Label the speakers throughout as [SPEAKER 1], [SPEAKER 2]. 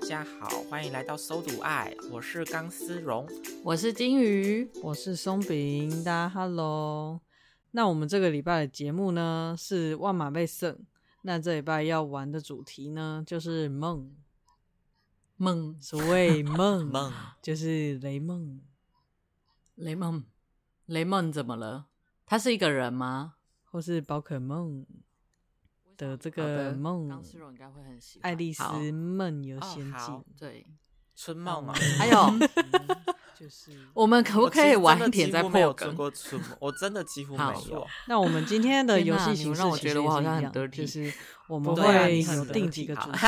[SPEAKER 1] 家好，欢迎来到搜读爱，我是钢丝绒。
[SPEAKER 2] 我是金鱼，
[SPEAKER 3] 我是松饼，大家 hello。那我们这个礼拜的节目呢是万马被胜，那这礼拜要玩的主题呢就是梦，
[SPEAKER 2] 梦
[SPEAKER 3] 所谓 梦，
[SPEAKER 1] 梦
[SPEAKER 3] 就是雷梦。
[SPEAKER 2] 雷梦，雷梦怎么了？他是一个人吗？
[SPEAKER 3] 或是宝可梦的这
[SPEAKER 2] 好的
[SPEAKER 3] 个梦
[SPEAKER 2] 钢，丝绒应该会很喜欢。
[SPEAKER 3] 爱丽
[SPEAKER 2] 好
[SPEAKER 3] 丝梦游
[SPEAKER 1] 哦
[SPEAKER 3] 仙境嗯
[SPEAKER 1] 好，
[SPEAKER 2] 对，
[SPEAKER 1] 春 梦哦，
[SPEAKER 2] 还有
[SPEAKER 3] 就是。
[SPEAKER 2] 我们可不可以晚一点
[SPEAKER 1] 在
[SPEAKER 2] 再
[SPEAKER 1] 没有
[SPEAKER 2] 破
[SPEAKER 1] 做
[SPEAKER 2] 梗？
[SPEAKER 1] 过春梦，我真的几乎
[SPEAKER 2] 好
[SPEAKER 1] 没有。
[SPEAKER 3] 那我们今天的
[SPEAKER 2] 天
[SPEAKER 3] 游
[SPEAKER 2] 哪
[SPEAKER 3] 戏
[SPEAKER 2] 你
[SPEAKER 3] 形
[SPEAKER 2] 们
[SPEAKER 3] 式
[SPEAKER 2] 让我
[SPEAKER 3] 其
[SPEAKER 2] 觉
[SPEAKER 3] 实
[SPEAKER 2] 得我
[SPEAKER 3] 也
[SPEAKER 2] 好
[SPEAKER 3] 是
[SPEAKER 2] 像
[SPEAKER 3] 一
[SPEAKER 2] 很
[SPEAKER 3] 样
[SPEAKER 2] 得
[SPEAKER 3] 就
[SPEAKER 2] 体
[SPEAKER 3] 是我们
[SPEAKER 1] 对啊
[SPEAKER 3] 会
[SPEAKER 1] 你很
[SPEAKER 3] 有
[SPEAKER 1] 得
[SPEAKER 3] 定
[SPEAKER 1] 体
[SPEAKER 3] 几个
[SPEAKER 1] 好
[SPEAKER 3] 主题，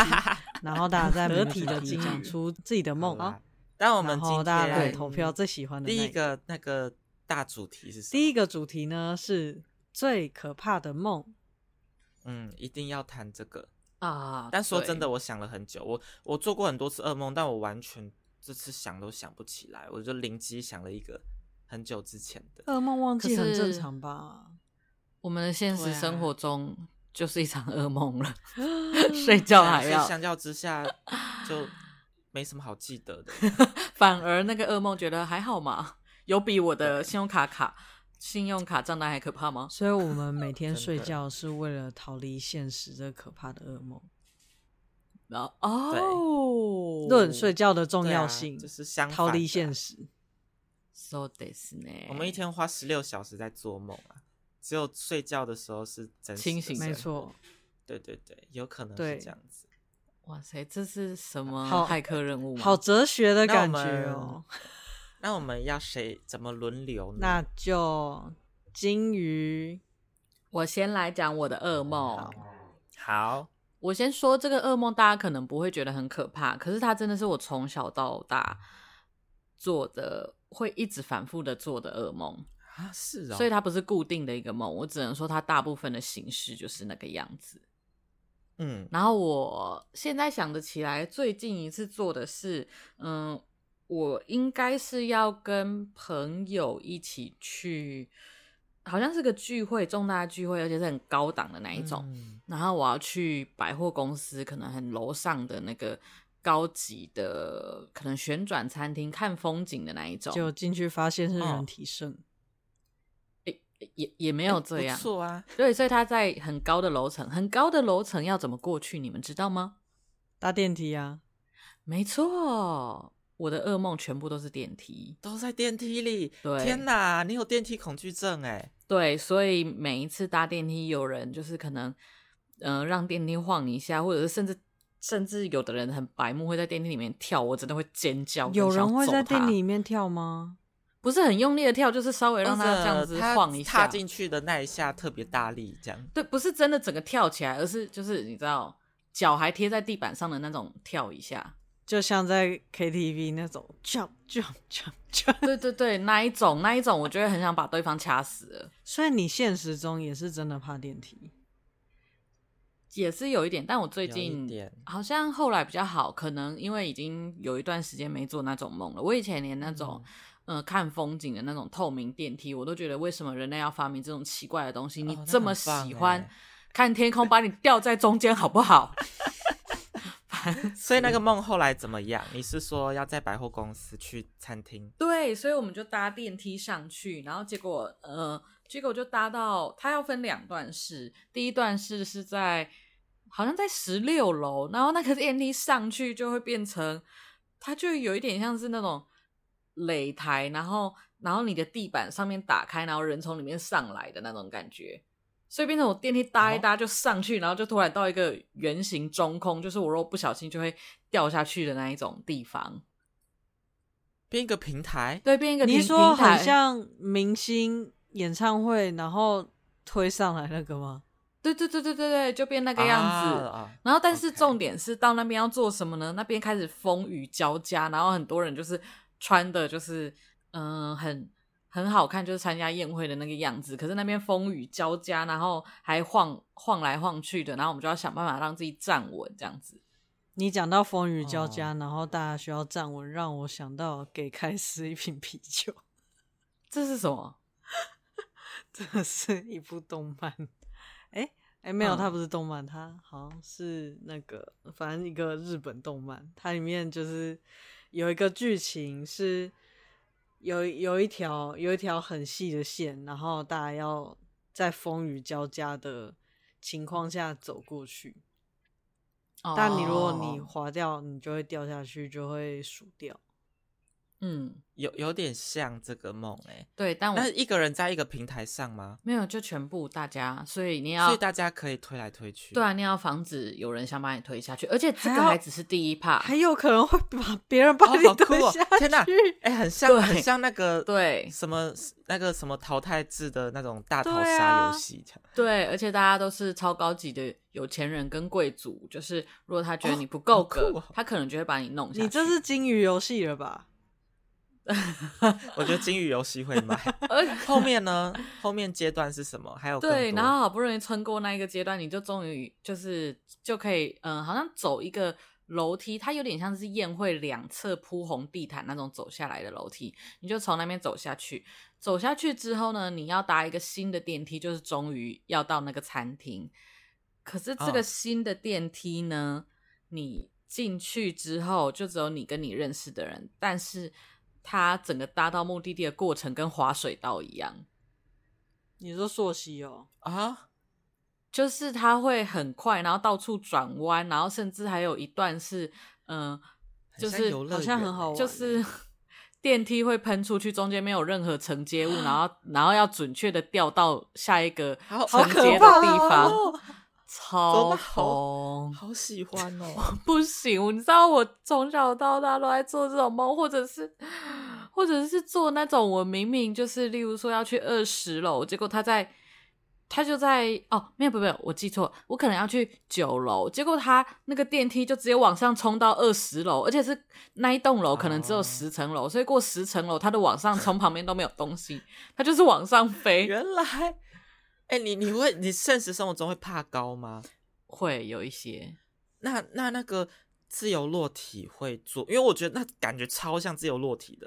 [SPEAKER 3] 然后大家在
[SPEAKER 2] 得
[SPEAKER 3] 每个
[SPEAKER 2] 体
[SPEAKER 3] 主
[SPEAKER 2] 的
[SPEAKER 3] 题
[SPEAKER 2] 金
[SPEAKER 3] 讲
[SPEAKER 2] 鱼
[SPEAKER 3] 出自己的梦
[SPEAKER 1] 好
[SPEAKER 3] 啊
[SPEAKER 1] 啦，但我们
[SPEAKER 3] 然
[SPEAKER 1] 今
[SPEAKER 3] 后
[SPEAKER 1] 天嗯
[SPEAKER 3] 大家来
[SPEAKER 2] 对
[SPEAKER 3] 投票最喜欢的
[SPEAKER 1] 第
[SPEAKER 3] 那
[SPEAKER 1] 一个那个大主题是什么？
[SPEAKER 3] 第一个主题呢是最可怕的梦，
[SPEAKER 1] 嗯，一定要谈这个。
[SPEAKER 3] 哦
[SPEAKER 2] 啊！
[SPEAKER 1] 但说
[SPEAKER 2] 对
[SPEAKER 1] 真的，，我想了很久，我我做过很多次噩梦，但我完全这次想都想不起来，我就灵机想了一个很久之前 的。
[SPEAKER 3] 噩梦忘记
[SPEAKER 2] 可
[SPEAKER 3] 很正
[SPEAKER 2] 是
[SPEAKER 3] 常吧？
[SPEAKER 2] 我们的现实
[SPEAKER 1] 对啊
[SPEAKER 2] 生活中就是一场噩 梦了，睡觉还
[SPEAKER 1] 所以
[SPEAKER 2] 要，
[SPEAKER 1] 相较之下就没什么好记得的。
[SPEAKER 2] 反而那个噩梦觉得还好嘛，有比我的信用卡卡信用卡账单还可怕吗？
[SPEAKER 3] 所以我们每 天
[SPEAKER 1] 真
[SPEAKER 3] 睡
[SPEAKER 1] 的
[SPEAKER 3] 觉是为了逃离现实这可怕的噩梦，
[SPEAKER 2] 然后哦，
[SPEAKER 3] 论睡觉的重
[SPEAKER 1] 对
[SPEAKER 3] 要
[SPEAKER 1] 啊
[SPEAKER 3] 性，
[SPEAKER 1] 就是相
[SPEAKER 3] 逃
[SPEAKER 1] 反
[SPEAKER 3] 离
[SPEAKER 1] 的啊
[SPEAKER 3] 现实。
[SPEAKER 2] ，so this 呢？
[SPEAKER 1] 我们一天花十六小时在做梦啊，只有睡觉的时候是真实的啊
[SPEAKER 2] 清醒
[SPEAKER 1] 生
[SPEAKER 3] 没
[SPEAKER 1] 活
[SPEAKER 3] 错，
[SPEAKER 1] 对对对，有可能
[SPEAKER 3] 对
[SPEAKER 1] 是这样子。
[SPEAKER 2] 哇塞，这是什么
[SPEAKER 3] 好
[SPEAKER 2] 骇客任务吗？
[SPEAKER 3] 好哲学的
[SPEAKER 1] 那
[SPEAKER 3] 感
[SPEAKER 1] 我
[SPEAKER 3] 觉
[SPEAKER 1] 们
[SPEAKER 3] 哦。
[SPEAKER 1] 那我们要谁怎么轮流呢？
[SPEAKER 3] 那就金鱼
[SPEAKER 2] 我先来讲我的噩
[SPEAKER 1] 嗯
[SPEAKER 2] 梦
[SPEAKER 1] 好。好，
[SPEAKER 2] 我先说这个噩梦，大家可能不会觉得很可怕，可是它真的是我从小到大做的，会一直反复的做的噩梦。
[SPEAKER 1] 啊，是哦，
[SPEAKER 2] 所以它不是固定的一个梦，我只能说它大部分的形式就是那个样子。
[SPEAKER 1] 嗯，
[SPEAKER 2] 然后我现在想得起来，最近一次做的是，嗯，我应该是要跟朋友一起去，好像是个聚会，重大聚会，而且是很高档的那一种。
[SPEAKER 1] 嗯
[SPEAKER 2] 然后我要去百货公司，可能很楼上的那个高级的，可能旋转餐厅看风景的那一种，
[SPEAKER 3] 就进去发现是
[SPEAKER 1] 哦
[SPEAKER 3] 人体盛，
[SPEAKER 2] 也也
[SPEAKER 3] 哎
[SPEAKER 2] 没有这
[SPEAKER 1] 不
[SPEAKER 2] 样。
[SPEAKER 1] 错啊，
[SPEAKER 2] 对，所以他在很高的楼层，很高的楼层要怎么过去，你们知道吗？
[SPEAKER 3] 搭电梯啊，
[SPEAKER 2] 没错，我的噩梦全部都是电梯。
[SPEAKER 1] 都在电梯里。
[SPEAKER 2] 对
[SPEAKER 1] 天哪，你有电梯恐惧症哎！
[SPEAKER 2] 对，所以每一次搭电梯，有人就是可能，嗯、让电梯晃一下，或者是甚至甚至有的人很白目，会在电梯里面跳，我真的会尖叫。
[SPEAKER 3] 有
[SPEAKER 2] 很想
[SPEAKER 3] 人会
[SPEAKER 2] 揍
[SPEAKER 3] 在
[SPEAKER 2] 他
[SPEAKER 3] 电梯里面跳吗？
[SPEAKER 2] 不是很用力的跳，就是稍微让他这样子
[SPEAKER 1] 他
[SPEAKER 2] 晃一下
[SPEAKER 1] 踏，进去的那一下特别大力，这样。
[SPEAKER 2] 对，不是真的整个跳起来，而是就是你知道脚还贴在地板上的那种跳 一下。
[SPEAKER 3] 就像在 KTV 那种 jump jump jump jump。
[SPEAKER 2] 对对对，那一种那一种，我就会很想把对方掐死了，
[SPEAKER 3] 所以你现实中也是真的怕电梯，
[SPEAKER 2] 也是有一点。但我最
[SPEAKER 1] 有一
[SPEAKER 2] 近
[SPEAKER 1] 点
[SPEAKER 2] 好像后来比较好，可能因为已经有一段时间没做那种梦了。我以前连那种、
[SPEAKER 1] 嗯
[SPEAKER 2] 呃看风景的那种透明电梯，我都觉得为什么人类要发明这种奇怪的东西？你
[SPEAKER 1] 哦那
[SPEAKER 2] 这么
[SPEAKER 1] 很棒
[SPEAKER 2] 喜欢、
[SPEAKER 1] 欸
[SPEAKER 2] 看天空，把你吊在中间好不好？
[SPEAKER 1] 所以那个梦后来怎么样？你是说要在百货公司去餐厅？
[SPEAKER 2] 对，所以我们就搭电梯上去，然后结果呃，结果就搭到它要分两段式，第一段式是在好像在十六楼，然后那个电梯上去就会变成，它就有一点像是那种擂台，然后然后你的地板上面打开，然后人从里面上来的那种感觉。所以变成我电梯搭
[SPEAKER 3] 哦
[SPEAKER 2] 一搭就上去，然后就突然到一个圆形中空，就是我如果不小心就会掉下去的那一种地方。
[SPEAKER 1] 编一个平台？
[SPEAKER 2] 对，变一个
[SPEAKER 3] 你
[SPEAKER 2] 平
[SPEAKER 3] 是说
[SPEAKER 2] 平台
[SPEAKER 3] 很像明星演唱会，然后推上来那个吗？
[SPEAKER 2] 对对对对对对，就变那个样子。
[SPEAKER 1] 啊啊
[SPEAKER 2] 然后，但是
[SPEAKER 1] OK
[SPEAKER 2] 重点是到那边要做什么呢？那边开始风雨交加，然后很多人就是穿的就是嗯、呃很很好看，就是参加宴会的那个样子。可是那边风雨交加，然后还晃晃来晃去的，然后我们就要想办法让自己站稳这样子。
[SPEAKER 3] 你讲到风雨交加，然后大家需要站稳，让我想到给开司一瓶啤酒，
[SPEAKER 2] 这是什么？
[SPEAKER 3] 这是一部动漫。哎、诶哎、哎，没有，
[SPEAKER 2] 嗯
[SPEAKER 3] 它不是动漫，它好像是那个，反正一个日本动漫，它里面就是有一个剧情是有有一条有一条很细的线，然后大家要在风雨交加的情况下走过去。但你如果你
[SPEAKER 2] 哦
[SPEAKER 3] 滑掉，你就会掉下去，就会数掉。
[SPEAKER 2] 嗯，
[SPEAKER 1] 有有点像这个梦哎、
[SPEAKER 2] 对，但我
[SPEAKER 1] 但是一个人在一个平台上吗？
[SPEAKER 2] 没有就全部大家，所以你要
[SPEAKER 1] 所以大家可以推来推去。
[SPEAKER 2] 对啊，你要防止有人想把你推下去，而且这
[SPEAKER 3] 还
[SPEAKER 2] 个还
[SPEAKER 3] 要
[SPEAKER 2] 只是第一趴，
[SPEAKER 3] 还有可能会把别人把
[SPEAKER 1] 啊哦
[SPEAKER 3] 你
[SPEAKER 1] 好酷
[SPEAKER 3] 推
[SPEAKER 1] 哦
[SPEAKER 3] 下去。
[SPEAKER 1] 天哪哎、很像
[SPEAKER 2] 对
[SPEAKER 1] 很像那个
[SPEAKER 2] 对
[SPEAKER 1] 什么那个什么淘汰制的那种大逃
[SPEAKER 3] 对
[SPEAKER 1] 杀
[SPEAKER 3] 啊
[SPEAKER 1] 游戏这样。
[SPEAKER 2] 对，而且大家都是超高级的有钱人跟贵族，就是如果他觉得
[SPEAKER 1] 哦
[SPEAKER 2] 你不够
[SPEAKER 1] 好
[SPEAKER 2] 格，
[SPEAKER 1] 酷哦
[SPEAKER 2] 他可能就会把你弄下去。
[SPEAKER 3] 你这是金鱼游戏了吧？
[SPEAKER 1] 我觉得金鱼游戏会 卖。
[SPEAKER 2] 而
[SPEAKER 1] 后面呢？后面阶段是什么？还有更
[SPEAKER 2] 对，
[SPEAKER 1] 多
[SPEAKER 2] 然后好不容易撑过那一个阶段，你就终于就是就可以，嗯、好像走一个楼梯，它有点像是宴会两侧铺红地毯那种走下来的楼梯，你就从那边走下去。走下去之后呢，你要搭一个新的电梯，就是终于要到那个餐厅。可是这个
[SPEAKER 1] 嗯
[SPEAKER 2] 新的电梯呢，你进去之后就只有你跟你认识的人，但是它整个搭到目的地的过程跟滑水道一样。
[SPEAKER 3] 你说朔溪哦？
[SPEAKER 1] 啊，
[SPEAKER 2] 就是它会很快，然后到处转弯，然后甚至还有一段是，嗯、
[SPEAKER 1] 很
[SPEAKER 2] 就
[SPEAKER 1] 像
[SPEAKER 2] 是
[SPEAKER 1] 游乐
[SPEAKER 3] 好像
[SPEAKER 1] 园
[SPEAKER 3] 很好
[SPEAKER 1] 欸
[SPEAKER 2] 就
[SPEAKER 3] 玩
[SPEAKER 2] 是 电梯会喷出去，中间没有任何承接物，然后然后要准确的掉到下一个
[SPEAKER 1] 啊好
[SPEAKER 2] 承
[SPEAKER 1] 好可
[SPEAKER 2] 接的
[SPEAKER 3] 怕
[SPEAKER 2] 地方，
[SPEAKER 1] 哦
[SPEAKER 2] 超
[SPEAKER 1] 真的好
[SPEAKER 2] 痛。
[SPEAKER 1] 好喜欢 哦！
[SPEAKER 2] 不行， 你知道我从小到大都在做这种梦，或者是，或者是做那种我明明就是，例如说要去二十楼，结果他在，他就在哦，没有，不没有，我记错，我可能要去九楼，结果他那个电梯就直接往上冲到二十楼，而且是那一栋楼可能只有
[SPEAKER 1] 哦
[SPEAKER 2] 十层楼，所以过十层楼，他都往上冲，旁边都没有东西， 他就是往上 飞，
[SPEAKER 1] 原来，哎、你你会你现实生活中会怕高吗？
[SPEAKER 2] 会有一些，
[SPEAKER 1] 那那那个自由落体会做，因为我觉得那感觉超像自由落体的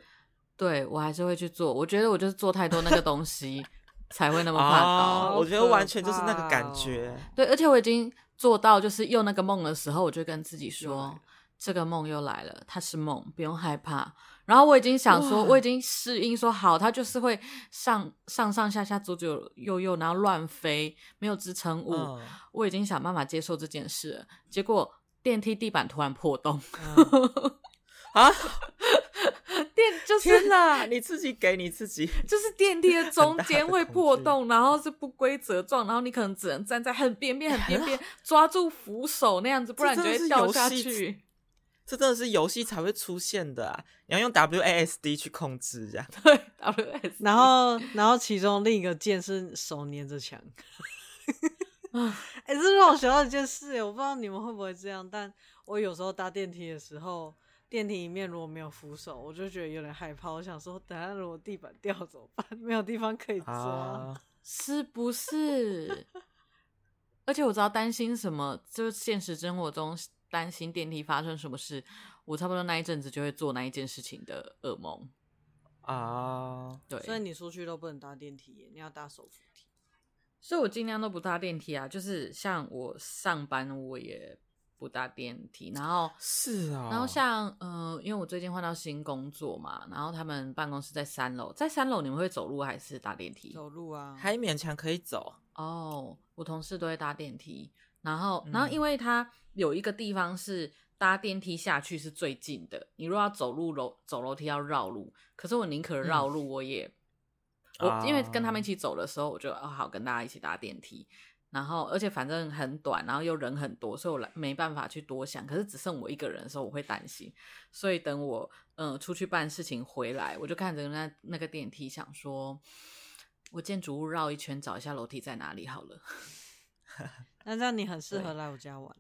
[SPEAKER 2] 对我还是会去做，我觉得我就是做太多那个东西 才会那么怕高。
[SPEAKER 1] 哦我觉得完全就是那个感觉。
[SPEAKER 2] 对，而且我已经做到，就是又那个梦的时候，我就跟自己
[SPEAKER 3] 又来
[SPEAKER 2] 说
[SPEAKER 3] 了，
[SPEAKER 2] 这个梦又来了，它是梦，不用害怕。然后我已经想说，
[SPEAKER 1] 哇
[SPEAKER 2] 我已经适应说好，它就是会上上上下下左左右右，然后乱飞，没有支撑物。
[SPEAKER 1] 嗯，
[SPEAKER 2] 我已经想办法接受这件事了，结果电梯地板突然破洞，
[SPEAKER 1] 嗯 啊，
[SPEAKER 2] 电就是
[SPEAKER 1] 天哪！你自己给你自己，
[SPEAKER 2] 就是电梯的中间会破
[SPEAKER 1] 很大的
[SPEAKER 2] 洞，然后是不规则状，然后你可能只能站在很边边、很边 边，抓住扶手那样子，不然你就会掉下
[SPEAKER 1] 这真的是游
[SPEAKER 2] 去。
[SPEAKER 1] 这真的是游戏才会出现的啊！你要用 WASD 去控制这样。
[SPEAKER 2] 对，WS。
[SPEAKER 3] 然后，然后其中另一个键是手粘着 墙。
[SPEAKER 1] 啊
[SPEAKER 3] 哎、这让我想到一件事欸耶，我不知道你们会不会这样，但我有时候搭电梯的时候，电梯里面如果没有扶手，我就觉得有点害怕。我想说，等下如果地板掉怎么办？没有地方可以抓。
[SPEAKER 1] 啊，
[SPEAKER 2] 是不是？而且我知道担心什么，就是现实生活中担心电梯发生什么事，我差不多那一阵子就会做那一件事情的噩梦。
[SPEAKER 1] 啊，
[SPEAKER 2] 对，
[SPEAKER 3] 所以你出去都不能搭电梯耶，你要搭手扶梯。
[SPEAKER 2] 所以我尽量都不搭电梯啊，就是像我上班我也不搭电梯，然后
[SPEAKER 1] 是啊、
[SPEAKER 2] 然
[SPEAKER 3] 哦
[SPEAKER 2] 后像呃，因为我最近换到新工作嘛，然后他们办公室在三楼，在三楼你们会走路还是搭电梯？
[SPEAKER 3] 走路啊，
[SPEAKER 1] 还勉强可以走，
[SPEAKER 2] 哦，我同事都会搭电梯，然后
[SPEAKER 1] 嗯
[SPEAKER 2] 然后因为它有一个地方是搭电梯下去是最近的，你如果要走路楼走楼梯要绕路，可是我
[SPEAKER 1] 嗯
[SPEAKER 2] 宁可绕路，我也、
[SPEAKER 1] 啊
[SPEAKER 2] 我因为跟他们一起走的时候，我就哦好跟大家一起搭电梯。然后，而且反正很短，然后又人很多，所以我来没办法去多想。可是只剩我一个人的时候，我会担心。所以等我嗯、呃出去办事情回来，我就看着那那个电梯，想说，我建筑物绕一圈找一下楼梯在哪里好了，
[SPEAKER 3] 那这样你很适合
[SPEAKER 2] 对
[SPEAKER 3] 来我家玩。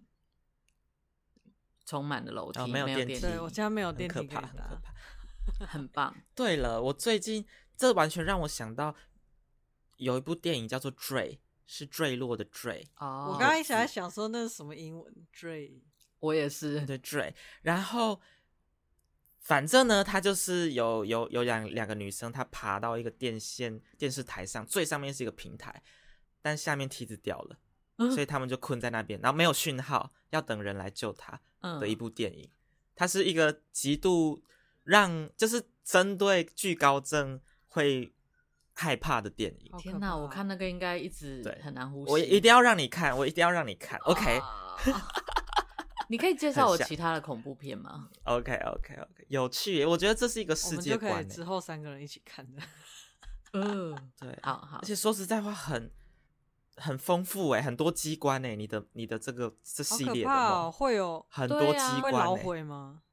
[SPEAKER 2] 充满了楼梯，
[SPEAKER 1] 哦
[SPEAKER 2] 没
[SPEAKER 1] 没有
[SPEAKER 2] 电
[SPEAKER 1] 电梯
[SPEAKER 3] 对我家没有电
[SPEAKER 1] 很
[SPEAKER 3] 梯可
[SPEAKER 1] 可怕，
[SPEAKER 3] 以
[SPEAKER 1] 很可
[SPEAKER 3] 搭。
[SPEAKER 1] 怕。
[SPEAKER 2] 很棒。
[SPEAKER 1] 对了，我最近这完全让我想到有一部电影叫做《坠》，是坠落的坠，
[SPEAKER 2] 哦，
[SPEAKER 3] 我刚刚一直在想说那是什么英文 d
[SPEAKER 2] 我也是，
[SPEAKER 1] 对坠。然后，反正呢，它就是有有有两两个女生，她爬到一个电线电视台上，最上面是一个平台，但下面梯子掉了，
[SPEAKER 2] 嗯
[SPEAKER 1] 所以他们就困在那边，然后没有讯号，要等人来救他
[SPEAKER 2] 嗯
[SPEAKER 1] 的一部电影。它是一个极度让就是针对惧高症会害怕的电影
[SPEAKER 3] 好。可
[SPEAKER 2] 天哪，我
[SPEAKER 3] 怕
[SPEAKER 2] 看那个应该一直
[SPEAKER 1] 对
[SPEAKER 2] 很难呼吸。
[SPEAKER 1] 我一定要让你看，我一定要让你看。OK
[SPEAKER 2] 啊 你可以介绍我
[SPEAKER 1] 很像
[SPEAKER 2] 其他的恐怖片吗？
[SPEAKER 1] OK OK OK，有趣耶，我觉得这是一个
[SPEAKER 3] 我
[SPEAKER 1] 世
[SPEAKER 3] 们
[SPEAKER 1] 界
[SPEAKER 3] 就可以
[SPEAKER 1] 观耶。欸
[SPEAKER 3] 之后三个人一起看 的。
[SPEAKER 2] 嗯，
[SPEAKER 1] 对，
[SPEAKER 2] 好好
[SPEAKER 1] 而，且说实在话很，很丰富哎，很多机关哎，你的你的这个这
[SPEAKER 3] 好
[SPEAKER 1] 系
[SPEAKER 3] 可
[SPEAKER 1] 列的
[SPEAKER 3] 怕
[SPEAKER 1] 梦、
[SPEAKER 3] 哦！会有
[SPEAKER 1] 很
[SPEAKER 2] 对
[SPEAKER 1] 多
[SPEAKER 2] 啊
[SPEAKER 1] 机
[SPEAKER 3] 会
[SPEAKER 1] 关欸
[SPEAKER 3] 老
[SPEAKER 1] 耶
[SPEAKER 3] 悔吗？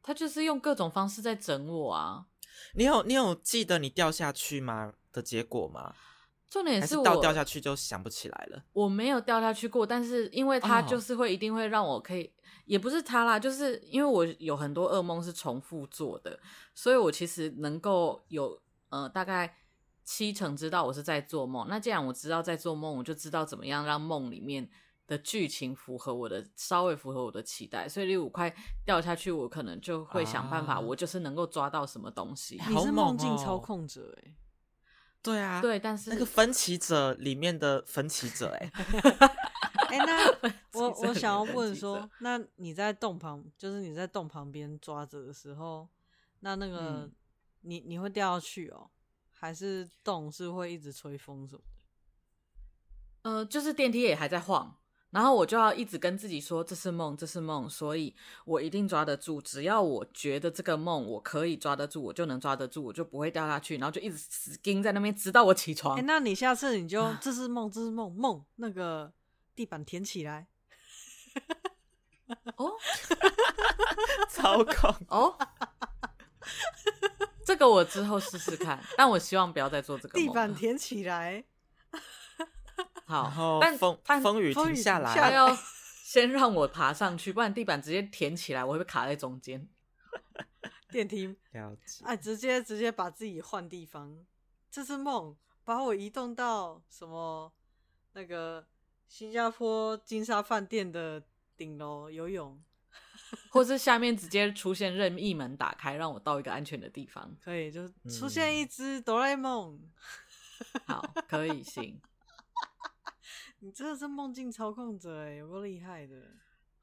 [SPEAKER 2] 他就是用各种方式在整我啊。
[SPEAKER 1] 你有你有记得你掉下去吗的结果吗？
[SPEAKER 2] 重点
[SPEAKER 1] 还
[SPEAKER 2] 是
[SPEAKER 1] 是
[SPEAKER 2] 我
[SPEAKER 1] 到掉下去就想不起来了？
[SPEAKER 2] 我没有掉下去过，但是因为他
[SPEAKER 1] 哦
[SPEAKER 2] 就是会一定会让我可以，也不是他啦，就是因为我有很多噩梦是重复做的，所以我其实能够有呃大概七成知道我是在做梦。那既然我知道在做梦，我就知道怎么样让梦里面的剧情符合我的稍微符合我的期待。所以例如我快掉下去，我可能就会想办法，
[SPEAKER 1] 啊
[SPEAKER 2] 我就是能够抓到什么东西。
[SPEAKER 1] 哎
[SPEAKER 3] 你
[SPEAKER 1] 好
[SPEAKER 3] 是
[SPEAKER 1] 猛
[SPEAKER 3] 梦境
[SPEAKER 1] 哦
[SPEAKER 3] 操控者 哎、
[SPEAKER 1] 对啊，
[SPEAKER 2] 对，但是
[SPEAKER 1] 那个分歧者里面的分歧者 哎、
[SPEAKER 3] 哎、 那我
[SPEAKER 1] 记者
[SPEAKER 3] 我想要
[SPEAKER 1] 里面
[SPEAKER 3] 问
[SPEAKER 1] 记
[SPEAKER 3] 说
[SPEAKER 1] 者，
[SPEAKER 3] 那你在洞旁，就是你在洞旁边抓着的时候，那那个、
[SPEAKER 1] 嗯
[SPEAKER 3] 你你会掉下去哦，还是洞是会一直吹风什么的？
[SPEAKER 2] 呃，就是电梯也还在晃，然后我就要一直跟自己说这是梦，这是梦，所以我一定抓得住。只要我觉得这个梦我可以抓得住，我就能抓得住，我就不会掉下去，然后就一直死盯在那边，直到我起床。
[SPEAKER 1] 啊
[SPEAKER 3] 哎、那你下次你就这是梦，这是梦梦，那个地板填起 来，
[SPEAKER 2] 哦
[SPEAKER 1] 操 控。
[SPEAKER 2] 哦，这个我之后试试看，但我希望不要再做这个
[SPEAKER 3] 地
[SPEAKER 1] 啊
[SPEAKER 2] 梦。
[SPEAKER 3] 板填起来，
[SPEAKER 1] 然
[SPEAKER 2] 好
[SPEAKER 1] 后，
[SPEAKER 2] 但
[SPEAKER 1] 风
[SPEAKER 2] 但
[SPEAKER 1] 风雨
[SPEAKER 3] 风
[SPEAKER 1] 停
[SPEAKER 3] 雨
[SPEAKER 1] 下
[SPEAKER 3] 停
[SPEAKER 1] 来，
[SPEAKER 3] 下
[SPEAKER 2] 它
[SPEAKER 3] 来哦
[SPEAKER 2] 要先让我爬上去，不然地板直接填起来，我会被卡在中间。
[SPEAKER 3] 电梯
[SPEAKER 1] 了解。
[SPEAKER 3] 哎，直接直接把自己换地方，这是梦，把我移动到什么那个新加坡金沙饭店的顶楼游泳，
[SPEAKER 2] 或是下面直接出现任意门打开，让我到一个安全的地方。
[SPEAKER 3] 可以就出
[SPEAKER 1] 嗯
[SPEAKER 3] 现一只哆啦 A 梦，
[SPEAKER 2] 好，可以行。
[SPEAKER 3] 你真的是梦境操控者哎，有够厉害的，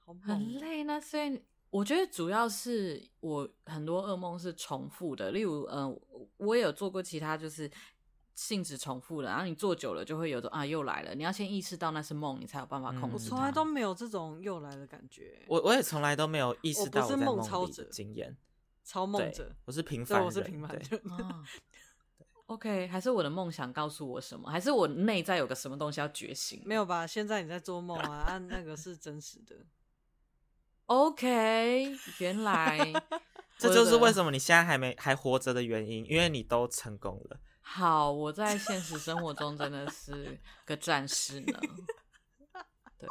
[SPEAKER 3] 好猛
[SPEAKER 2] 很
[SPEAKER 3] 哦，
[SPEAKER 2] 累呢，所以我觉得主要是我很多噩梦是重复的，例如，嗯、我也有做过其他就是性质重复的，然后你做久了就会有种啊又来了，你要先意识到那是梦，你才有办法
[SPEAKER 1] 嗯
[SPEAKER 2] 控
[SPEAKER 3] 我
[SPEAKER 2] 制
[SPEAKER 3] 从
[SPEAKER 2] 它。
[SPEAKER 3] 来都没有这种又来的感觉，
[SPEAKER 1] 我我也从来都没有意
[SPEAKER 3] 我
[SPEAKER 1] 识
[SPEAKER 3] 不
[SPEAKER 1] 到
[SPEAKER 3] 是
[SPEAKER 1] 在
[SPEAKER 3] 梦
[SPEAKER 1] 梦
[SPEAKER 3] 超
[SPEAKER 1] 里的
[SPEAKER 3] 者
[SPEAKER 1] 经验，
[SPEAKER 3] 超梦
[SPEAKER 1] 对
[SPEAKER 3] 者，，
[SPEAKER 1] 我是平
[SPEAKER 3] 对，
[SPEAKER 1] 凡人，
[SPEAKER 3] 我是平凡
[SPEAKER 1] 对
[SPEAKER 3] 人，
[SPEAKER 2] 啊 OK，还是我的梦想告诉我什么？还是我内在有个什么东西要觉醒？
[SPEAKER 3] 没有吧？现在你在做梦啊，啊，那个是真实 的。
[SPEAKER 2] OK，原来
[SPEAKER 1] 这就是为
[SPEAKER 2] 么。
[SPEAKER 1] 什么你现在还没还活着的原因，因为你都成功了。
[SPEAKER 2] 好，我在现实生活中真的是个战士呢。对，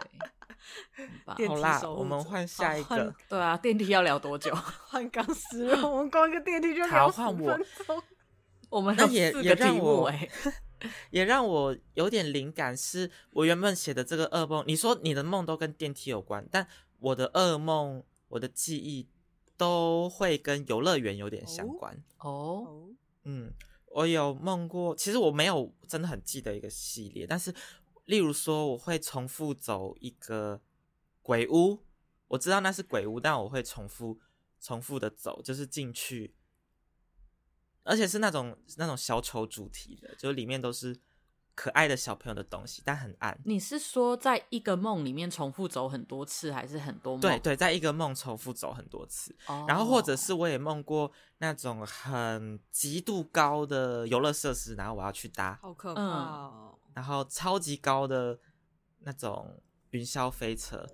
[SPEAKER 2] 很棒。
[SPEAKER 3] 电
[SPEAKER 1] 好
[SPEAKER 3] 梯
[SPEAKER 1] 啦，
[SPEAKER 3] 守
[SPEAKER 1] 我
[SPEAKER 3] 护
[SPEAKER 1] 们
[SPEAKER 3] 者
[SPEAKER 1] 换下一
[SPEAKER 3] 换
[SPEAKER 1] 个。
[SPEAKER 2] 对啊，电梯要聊多久？
[SPEAKER 3] 换钢丝肉，我们光一个电梯就
[SPEAKER 1] 好
[SPEAKER 3] 聊十
[SPEAKER 1] 换
[SPEAKER 3] 分
[SPEAKER 1] 我
[SPEAKER 3] 钟。
[SPEAKER 2] 我们
[SPEAKER 1] 那
[SPEAKER 2] 有
[SPEAKER 1] 也
[SPEAKER 2] 四
[SPEAKER 1] 也
[SPEAKER 2] 个题
[SPEAKER 1] 让
[SPEAKER 2] 目
[SPEAKER 1] 我
[SPEAKER 2] 哎、
[SPEAKER 1] 也让我有点灵感，是我原本写的这个噩梦。你说你的梦都跟电梯有关，但我的噩梦，我的记忆都会跟游乐园有点相
[SPEAKER 3] 哦
[SPEAKER 1] 关。
[SPEAKER 2] 哦，
[SPEAKER 3] 哦，
[SPEAKER 1] 嗯，我有梦过，其实我没有真的很记得一个系列，但是例如说我会重复走一个鬼屋，我知道那是鬼屋，但我会重复重复的走，就是进去，而且是那种那种小丑主题的，就是里面都是可爱的小朋友的东西，但很暗。
[SPEAKER 2] 你是说在一个梦里面重复走很多次，还是很多梦？
[SPEAKER 1] 对，对，在一个梦重复走很多次，
[SPEAKER 2] 哦、
[SPEAKER 1] 然后或者是我也梦过那种很极度高的游乐设施，然后我要去搭，
[SPEAKER 3] 好可怕哦！
[SPEAKER 1] 然后超级高的那种云霄飞车，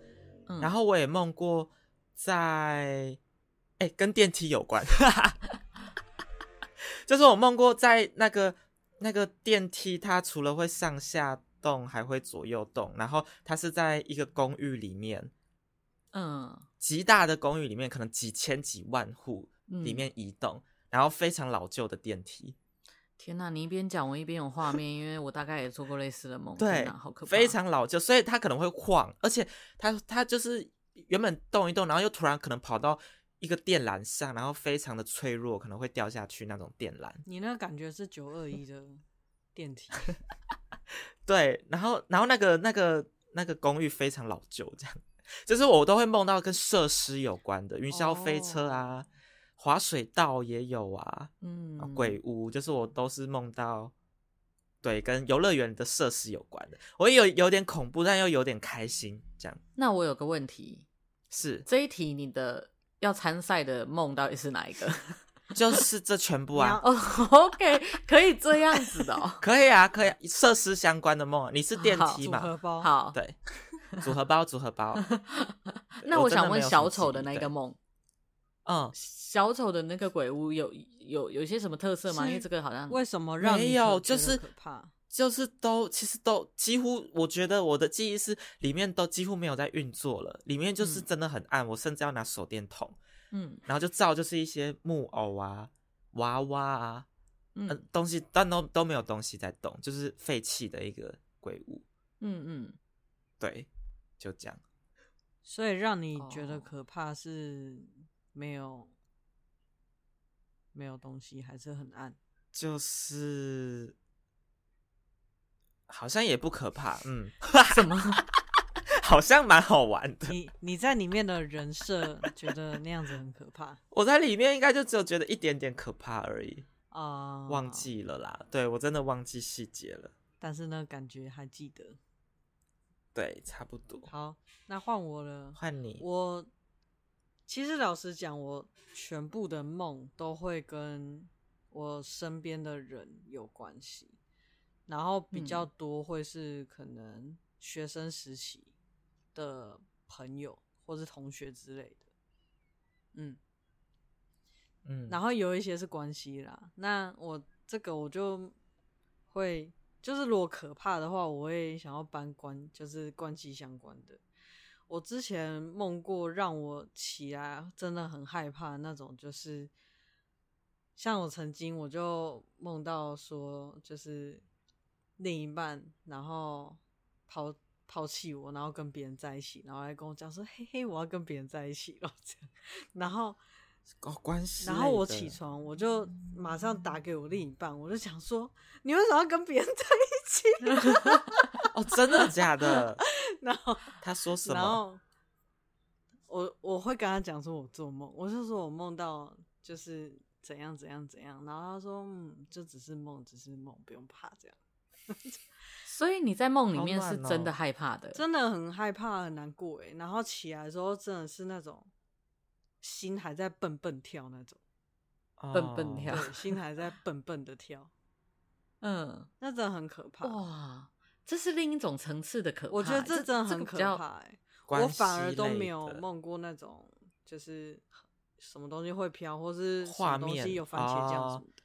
[SPEAKER 2] 嗯
[SPEAKER 1] 然后我也梦过在，哎，跟电梯有 关，就是我梦过在那个那个电梯，它除了会上下动，还会左右动，然后它是在一个公寓里面，
[SPEAKER 2] 嗯，
[SPEAKER 1] 极大的公寓里面，可能几千几万户
[SPEAKER 2] 嗯
[SPEAKER 1] 里面移动，然后非常老旧的电梯，
[SPEAKER 2] 天哪！你一边讲，我一边有画面，因为我大概也做过类似的梦。
[SPEAKER 1] 对
[SPEAKER 2] 天哪，好可怕，
[SPEAKER 1] 非常老旧，所以它可能会晃，而且它它就是原本动一动，然后又突然可能跑到一个电缆上，然后非常的脆弱，可能会掉下去那种电缆。
[SPEAKER 3] 你那感觉 是九二一的电梯，
[SPEAKER 1] 对，然后然后那个那个那个公寓非常老旧，这样， 就是我都会梦到跟设施有关的，云霄飞
[SPEAKER 2] 哦
[SPEAKER 1] 车啊，滑水道也有啊，
[SPEAKER 2] 嗯
[SPEAKER 1] 啊，鬼屋，就是我都是梦到，对，跟游乐园的设施有关的，我有有点恐怖，但又有点开心，这样
[SPEAKER 2] 那我有个问题，
[SPEAKER 1] 是，
[SPEAKER 2] 这一题你的要参赛的梦到底是哪一个？
[SPEAKER 1] 就是这全部
[SPEAKER 3] 你
[SPEAKER 1] 啊
[SPEAKER 3] 要，
[SPEAKER 2] 哦、o k 可以这样子 的哦。
[SPEAKER 1] 可以啊，可以啊、设施相关的梦，啊你是电
[SPEAKER 2] 好
[SPEAKER 1] 梯
[SPEAKER 3] 组
[SPEAKER 1] 嘛？
[SPEAKER 3] 合包，
[SPEAKER 2] 好，
[SPEAKER 1] 哦对， 组合包，组合包。
[SPEAKER 2] 那
[SPEAKER 1] 我真的
[SPEAKER 2] 想
[SPEAKER 1] 没
[SPEAKER 2] 问
[SPEAKER 1] 有什
[SPEAKER 2] 小
[SPEAKER 1] 么
[SPEAKER 2] 丑
[SPEAKER 1] 记
[SPEAKER 2] 的
[SPEAKER 1] 忆
[SPEAKER 2] 那
[SPEAKER 1] 对
[SPEAKER 2] 个梦，
[SPEAKER 1] 嗯，
[SPEAKER 2] 小丑的那个鬼屋有有有一些什么特色吗？
[SPEAKER 3] 是
[SPEAKER 2] 因为这个好像
[SPEAKER 3] 为什么让你
[SPEAKER 1] 没有，
[SPEAKER 3] 可
[SPEAKER 1] 就
[SPEAKER 3] 觉得
[SPEAKER 1] 是
[SPEAKER 3] 可怕？
[SPEAKER 1] 就是都其实都几乎，我觉得我的记忆是里面都几乎没有在运作了，里面就是
[SPEAKER 2] 嗯
[SPEAKER 1] 真的很暗，我甚至要拿手电筒，
[SPEAKER 2] 嗯
[SPEAKER 1] 然后就照就是一些木偶啊、娃娃啊，
[SPEAKER 2] 嗯
[SPEAKER 1] 嗯、东西但都都没有东西在动，就是废弃的一个鬼屋，
[SPEAKER 2] 嗯嗯，
[SPEAKER 1] 对，就这样。
[SPEAKER 3] 所以让你觉得
[SPEAKER 2] 哦
[SPEAKER 3] 可怕是没有没有东西，还是很 暗。
[SPEAKER 1] 就是好像也不可怕，嗯，
[SPEAKER 2] 什么？
[SPEAKER 1] 好像蛮好玩的。
[SPEAKER 3] 你你在里面的人设觉得那样子很可怕
[SPEAKER 1] 我在里面应该就只有觉得一点点可怕而已，
[SPEAKER 3] 啊、
[SPEAKER 1] 忘，记了啦。对我真的忘记细节了。
[SPEAKER 3] 但是呢，感觉还记得。
[SPEAKER 1] 对，差不多。
[SPEAKER 3] 好，那换我了。
[SPEAKER 1] 换你，
[SPEAKER 3] 我其实老实讲，我全部的梦都会跟我身边的人有关系，然后比较多会是可能学生时期的朋友或是同学之类的，嗯，
[SPEAKER 1] 嗯，
[SPEAKER 3] 然后有一些是关系啦。那我这个我就会，就是如果可怕的话，我会想要搬关，就是关系相关的。我之前梦过让我起来真的很害怕的那种，就是像我曾经我就梦到说，就是另一半然后抛抛弃我，然后跟别人在一起，然后来跟我讲说，嘿嘿，我要跟别人在一起了这样，然后。
[SPEAKER 1] 哦，关系。
[SPEAKER 3] 然后我起，床，我就
[SPEAKER 2] 嗯
[SPEAKER 3] 马上打给我另一半，我就想说，你为什么要跟别人在一起？
[SPEAKER 1] 哦，真的假的？
[SPEAKER 3] 然后，
[SPEAKER 1] 他说什
[SPEAKER 3] 然
[SPEAKER 1] 么？
[SPEAKER 3] 后我我会跟他讲说我做梦，我就说我梦到就是怎样怎样怎样，然后他说嗯，就只是梦，只是梦，不用怕这样。
[SPEAKER 2] 所以你在梦里
[SPEAKER 1] 好
[SPEAKER 2] 面是
[SPEAKER 1] 乱哦
[SPEAKER 2] 真的害怕的，
[SPEAKER 3] 真的很害怕，很难过哎。然后起来的时候真的是那种心还在蹦蹦跳那种，
[SPEAKER 2] 笨笨
[SPEAKER 1] 哦
[SPEAKER 2] 跳
[SPEAKER 3] 对，心还在蹦蹦的跳，
[SPEAKER 2] 嗯，
[SPEAKER 3] 那真的很可怕。
[SPEAKER 2] 哇，这是另一种层次的可怕，
[SPEAKER 3] 我觉得
[SPEAKER 2] 这
[SPEAKER 3] 这真的
[SPEAKER 2] 这
[SPEAKER 3] 很
[SPEAKER 2] 个
[SPEAKER 3] 可
[SPEAKER 2] 比较
[SPEAKER 3] 怕哎。我
[SPEAKER 1] 关系
[SPEAKER 3] 反而都
[SPEAKER 1] 类
[SPEAKER 3] 没有
[SPEAKER 1] 的
[SPEAKER 3] 梦过那种，就是什么东西会飘，或是什
[SPEAKER 1] 画
[SPEAKER 3] 么东
[SPEAKER 1] 面
[SPEAKER 3] 西有番茄酱什
[SPEAKER 1] 哦
[SPEAKER 3] 么的。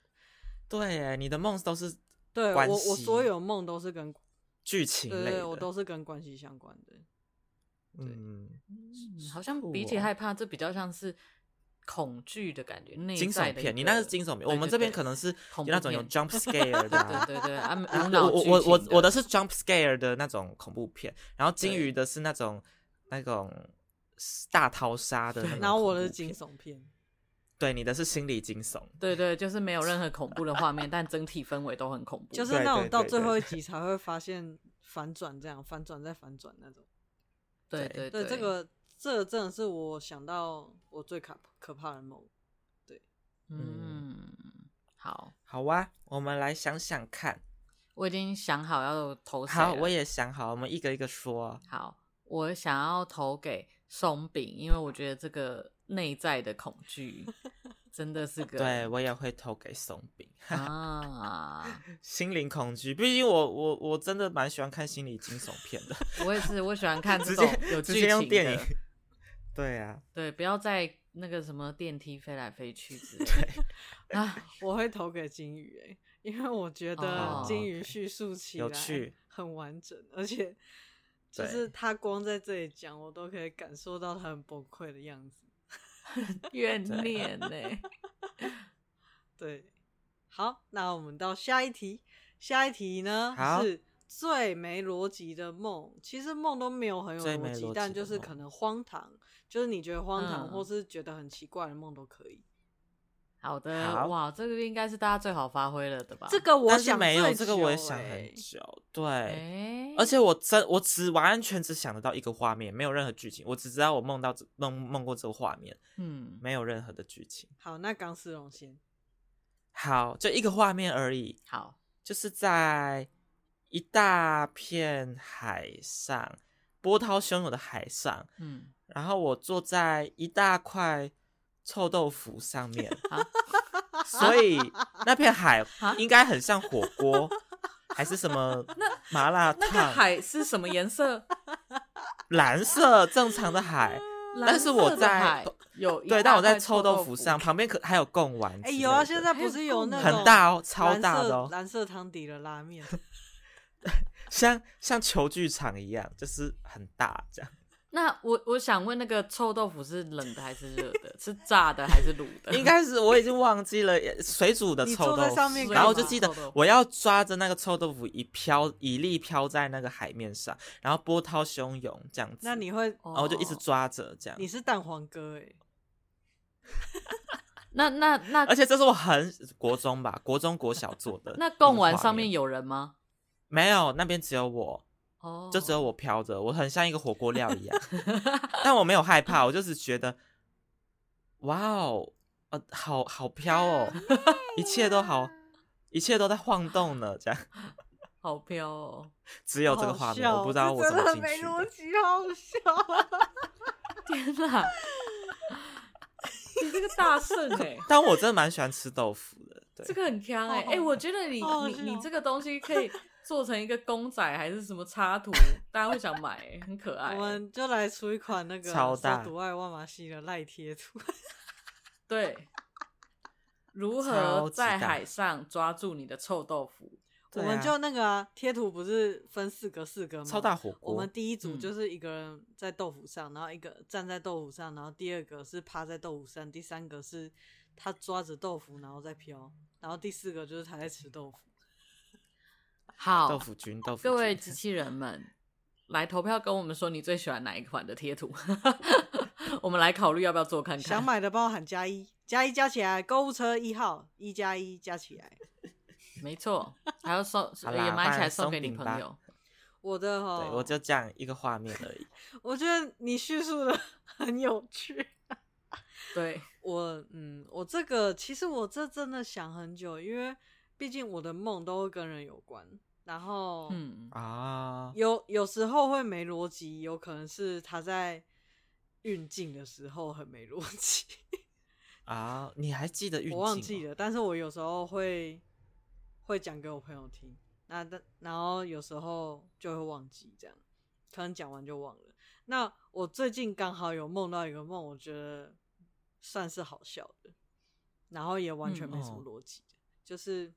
[SPEAKER 1] 对耶，你的梦都是
[SPEAKER 3] 对
[SPEAKER 1] 关
[SPEAKER 3] 我，我
[SPEAKER 1] 系
[SPEAKER 3] 所有梦都是跟
[SPEAKER 1] 剧
[SPEAKER 3] 对
[SPEAKER 1] 情
[SPEAKER 3] 对
[SPEAKER 1] 类
[SPEAKER 3] 对，
[SPEAKER 1] 的，
[SPEAKER 3] 我都是跟关系相关的。
[SPEAKER 1] 嗯，
[SPEAKER 2] 嗯好像
[SPEAKER 1] 酷
[SPEAKER 2] 比起
[SPEAKER 1] 哦
[SPEAKER 2] 害怕，这比较像是恐惧的感觉，内
[SPEAKER 1] 惊
[SPEAKER 2] 在
[SPEAKER 1] 悚
[SPEAKER 2] 的
[SPEAKER 1] 片，
[SPEAKER 2] 一
[SPEAKER 1] 你那
[SPEAKER 2] 个
[SPEAKER 1] 是惊悚片，
[SPEAKER 2] 对
[SPEAKER 1] 我们
[SPEAKER 2] 对
[SPEAKER 1] 这边
[SPEAKER 2] 对
[SPEAKER 1] 可能是
[SPEAKER 2] 恐怖
[SPEAKER 1] 那种有
[SPEAKER 2] 片
[SPEAKER 1] jump scare 的啊，
[SPEAKER 2] 对对对，啊，
[SPEAKER 1] 啊
[SPEAKER 2] 无
[SPEAKER 1] 我
[SPEAKER 2] 脑
[SPEAKER 1] 我
[SPEAKER 2] 剧
[SPEAKER 1] 我我
[SPEAKER 2] 情
[SPEAKER 1] 我的是 jump scare 的那种恐怖片，然后金
[SPEAKER 2] 对
[SPEAKER 1] 鱼的是那种那种大逃杀的那种恐怖片，
[SPEAKER 3] 然后我的惊悚片，
[SPEAKER 1] 对你的是心理惊悚，
[SPEAKER 2] 对对，就是没有任何恐怖的画面，但整体氛围都很恐怖，
[SPEAKER 3] 就是
[SPEAKER 1] 对
[SPEAKER 3] 那
[SPEAKER 1] 对
[SPEAKER 3] 种到
[SPEAKER 1] 对
[SPEAKER 3] 最
[SPEAKER 1] 对
[SPEAKER 3] 后一集才会发现反转，这样反转再反转那种。
[SPEAKER 2] 对
[SPEAKER 1] 对
[SPEAKER 2] 对
[SPEAKER 3] 对，
[SPEAKER 2] 对，
[SPEAKER 3] 这个这真的是我想到我最可可怕的梦。
[SPEAKER 2] 嗯，好，
[SPEAKER 1] 好哇、啊，我们来想想看，
[SPEAKER 2] 我已经想好要投谁
[SPEAKER 1] 好，
[SPEAKER 2] 了
[SPEAKER 1] 我也想好，我们一个一个说，
[SPEAKER 2] 好，我想要投给松饼，因为我觉得这个内在的恐 惧真的是个
[SPEAKER 1] 对我也会投给松饼，
[SPEAKER 2] 啊，
[SPEAKER 1] 心灵恐惧，毕竟我我我真的蛮喜欢看心理惊悚片的，
[SPEAKER 2] 我也是，我喜欢看这
[SPEAKER 1] 直
[SPEAKER 2] 种
[SPEAKER 1] 接
[SPEAKER 2] 有
[SPEAKER 1] 直
[SPEAKER 2] 剧
[SPEAKER 1] 接用
[SPEAKER 2] 情
[SPEAKER 1] 电
[SPEAKER 2] 的
[SPEAKER 1] 影，， 对啊，
[SPEAKER 2] 对，不要在那个什么电梯飞来飞去之类的啊，
[SPEAKER 3] 我会投给金鱼、欸，因为我觉得
[SPEAKER 2] 哦
[SPEAKER 3] 金鱼
[SPEAKER 1] OK
[SPEAKER 3] 叙述起
[SPEAKER 1] 有
[SPEAKER 3] 来
[SPEAKER 1] 趣
[SPEAKER 3] 很完整，而且就是
[SPEAKER 1] 对
[SPEAKER 3] 他光在这里讲，我都可以感受到他很崩溃的样子。
[SPEAKER 2] 怨
[SPEAKER 1] 对
[SPEAKER 2] 念呢、
[SPEAKER 3] 对，好，那我们到下一题，下一题呢
[SPEAKER 1] 好
[SPEAKER 3] 是最没逻辑的梦。其实梦都没有很有
[SPEAKER 1] 最没
[SPEAKER 3] 逻
[SPEAKER 1] 逻
[SPEAKER 3] 辑
[SPEAKER 1] 辑，
[SPEAKER 3] 但
[SPEAKER 1] 的
[SPEAKER 3] 就是
[SPEAKER 1] 梦
[SPEAKER 3] 可能荒唐，就是你觉得荒唐
[SPEAKER 2] 嗯
[SPEAKER 3] 或是觉得很奇怪的梦都可以。
[SPEAKER 2] 好的，
[SPEAKER 1] 好
[SPEAKER 2] 哇，这个应该是大家最好发挥了的吧？
[SPEAKER 3] 这个我
[SPEAKER 1] 但是
[SPEAKER 3] 想
[SPEAKER 1] 没有
[SPEAKER 3] 最
[SPEAKER 1] 这个，我也
[SPEAKER 3] 久
[SPEAKER 1] 想
[SPEAKER 3] 欸
[SPEAKER 1] 很久。对，
[SPEAKER 2] 哎，
[SPEAKER 1] 而且我真我只完全只想得到一个画面，没有任何剧情，我只知道我梦到这梦梦过这个画面，
[SPEAKER 2] 嗯，
[SPEAKER 1] 没有任何的剧情。
[SPEAKER 3] 好，那钢丝绒先。
[SPEAKER 1] 好，就一个画面而已，
[SPEAKER 2] 好，
[SPEAKER 1] 就是在一大片海上，波涛汹涌的海上，
[SPEAKER 2] 嗯，
[SPEAKER 1] 然后我坐在一大块臭豆腐上 面，
[SPEAKER 2] 好，
[SPEAKER 1] 所以那片海
[SPEAKER 2] 啊
[SPEAKER 1] 应该很像火锅，还是什么麻辣
[SPEAKER 2] 那个
[SPEAKER 1] 烫？
[SPEAKER 2] 海是什么颜色？
[SPEAKER 1] 蓝色正常的海，
[SPEAKER 3] 哦
[SPEAKER 1] 但是我
[SPEAKER 2] 蓝色的
[SPEAKER 1] 在
[SPEAKER 2] 海 有一
[SPEAKER 1] 对，
[SPEAKER 2] 大
[SPEAKER 1] 但我在
[SPEAKER 2] 块
[SPEAKER 1] 臭
[SPEAKER 2] 臭
[SPEAKER 1] 豆
[SPEAKER 2] 腐
[SPEAKER 1] 腐上，旁边可还有贡丸之类的。
[SPEAKER 3] 哎、有啊，现在
[SPEAKER 2] 还有
[SPEAKER 3] 不是有
[SPEAKER 2] 贡
[SPEAKER 3] 那
[SPEAKER 2] 丸
[SPEAKER 3] 种
[SPEAKER 1] 很大哦，超
[SPEAKER 3] 蓝
[SPEAKER 1] 大
[SPEAKER 3] 色
[SPEAKER 1] 的哦，
[SPEAKER 3] 蓝色汤底的 拉面，
[SPEAKER 1] 像像球剧场一样，就是很大这 样。
[SPEAKER 2] 那我我想问，那个臭豆腐是冷的还是热的？是炸的还是卤的？
[SPEAKER 1] 应该是我已经忘记了也水煮的
[SPEAKER 3] 你
[SPEAKER 1] 臭
[SPEAKER 3] 坐
[SPEAKER 1] 豆
[SPEAKER 3] 在
[SPEAKER 1] 腐
[SPEAKER 3] 上面，可以
[SPEAKER 1] 然后我
[SPEAKER 3] 吗
[SPEAKER 1] 就记得
[SPEAKER 2] 臭豆腐
[SPEAKER 1] 我要抓着那个臭豆腐一飘一粒飘在那个海面上，然后波涛汹涌这样子。
[SPEAKER 3] 那你会，
[SPEAKER 1] 然后我就一直
[SPEAKER 2] 哦
[SPEAKER 1] 抓着这样
[SPEAKER 3] 你，是蛋黄哥哎、
[SPEAKER 2] 那那那。
[SPEAKER 1] 而且这是我很国中吧，国中国小做的
[SPEAKER 2] 那贡丸
[SPEAKER 1] 那个画
[SPEAKER 2] 上面
[SPEAKER 1] 面
[SPEAKER 2] 有人吗？
[SPEAKER 1] 没有？那边只有我，
[SPEAKER 2] 哦，
[SPEAKER 1] 就只有我飘着，我很像一个火锅料一样， 但我没有害怕，我就是觉得，哇哦，呃，好好飘 哦，一切都好，一切都在晃动呢，这样。
[SPEAKER 2] 好飘哦！
[SPEAKER 1] 只有这个
[SPEAKER 3] 好
[SPEAKER 1] 画面，
[SPEAKER 3] 笑哦
[SPEAKER 1] 我不知道
[SPEAKER 3] 这
[SPEAKER 1] 我怎
[SPEAKER 3] 真
[SPEAKER 1] 么
[SPEAKER 3] 的
[SPEAKER 1] 进
[SPEAKER 3] 没
[SPEAKER 1] 去
[SPEAKER 3] 逻
[SPEAKER 1] 的。
[SPEAKER 3] 辑，好好笑、啊。
[SPEAKER 2] 天 哪，你这个大圣哎、
[SPEAKER 1] 但我真的蛮喜欢吃豆腐的，对，
[SPEAKER 2] 这个很强哎、
[SPEAKER 3] 好好
[SPEAKER 2] 哎、我觉得你
[SPEAKER 3] 好好
[SPEAKER 2] 你
[SPEAKER 3] 笑
[SPEAKER 2] 你这个东西可以做成一个公仔还是什么插 图，大家会想买、欸，很可爱
[SPEAKER 3] 我
[SPEAKER 2] 欸、
[SPEAKER 3] 们就来出一款那个
[SPEAKER 1] 超大
[SPEAKER 3] 手独爱万马西的赖 贴图，
[SPEAKER 2] 对，如
[SPEAKER 1] 超
[SPEAKER 2] 何
[SPEAKER 1] 级
[SPEAKER 2] 在
[SPEAKER 1] 大
[SPEAKER 2] 海上抓住你的臭豆腐？
[SPEAKER 3] 我
[SPEAKER 1] 对啊
[SPEAKER 3] 们就那个啊，贴图不是分四格四格吗？
[SPEAKER 1] 超大火
[SPEAKER 3] 我
[SPEAKER 1] 锅
[SPEAKER 3] 们。第一组
[SPEAKER 2] 嗯
[SPEAKER 3] 就是一个人在豆腐上，然后一个站在豆腐上，然后第二个是趴在豆腐上，第三个是他抓着豆腐然后再飘，然后第四个就是他在吃豆腐。
[SPEAKER 2] 好，
[SPEAKER 1] 豆腐菌，豆腐
[SPEAKER 2] 各位
[SPEAKER 1] 菌
[SPEAKER 2] 机器人们，来投票跟我们说你最喜欢哪一款的贴图， 我们来考虑要不要做看看。
[SPEAKER 3] 想买的帮我喊加一，加一加起来，购物车一号一加一加起来。
[SPEAKER 2] 没错，还要送，
[SPEAKER 1] 好啦
[SPEAKER 2] 也买起
[SPEAKER 1] 不
[SPEAKER 2] 来
[SPEAKER 1] 然
[SPEAKER 2] 送
[SPEAKER 1] 松
[SPEAKER 2] 给你
[SPEAKER 1] 饼
[SPEAKER 2] 朋
[SPEAKER 1] 吧
[SPEAKER 2] 友。
[SPEAKER 3] 我的哈，
[SPEAKER 1] 对我就这样一个画面 而已。
[SPEAKER 3] 我觉得 你叙述的很有趣。
[SPEAKER 2] 对，
[SPEAKER 3] 我嗯，我这个其实我这真的想很久，因为毕竟我的梦都会跟人有关，然后
[SPEAKER 2] 嗯，
[SPEAKER 1] 啊，
[SPEAKER 3] 有有时候会没逻辑，有可能是他在运镜的时候很没逻辑，
[SPEAKER 1] 啊，你还记得运镜、
[SPEAKER 3] 我忘记。了。但是我有时候会会讲给我朋友听，那但然后有时候就会忘记，这样可能讲完就忘了。那我最近刚好有梦到一个梦，我觉得算是好笑的，然后也完全没什么
[SPEAKER 1] 嗯
[SPEAKER 3] 逻辑的，就是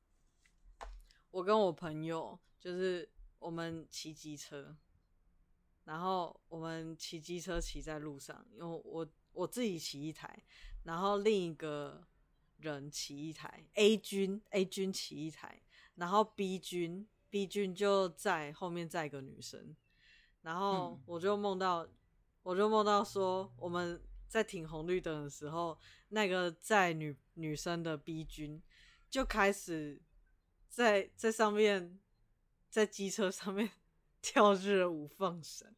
[SPEAKER 3] 我跟我朋友，就是我们骑机车，然后我们骑机车骑在路上，因为我我自己骑一台，然后另一个人骑一台，A 君 A 君骑一台，然后 B 君 B 君就在后面载一个女生，然后
[SPEAKER 2] 嗯
[SPEAKER 3] 我就梦到，我就梦到说我们在停红绿灯的时候，那个载女女生的 B 君就开始在在上面在机车上面 跳热舞放闪，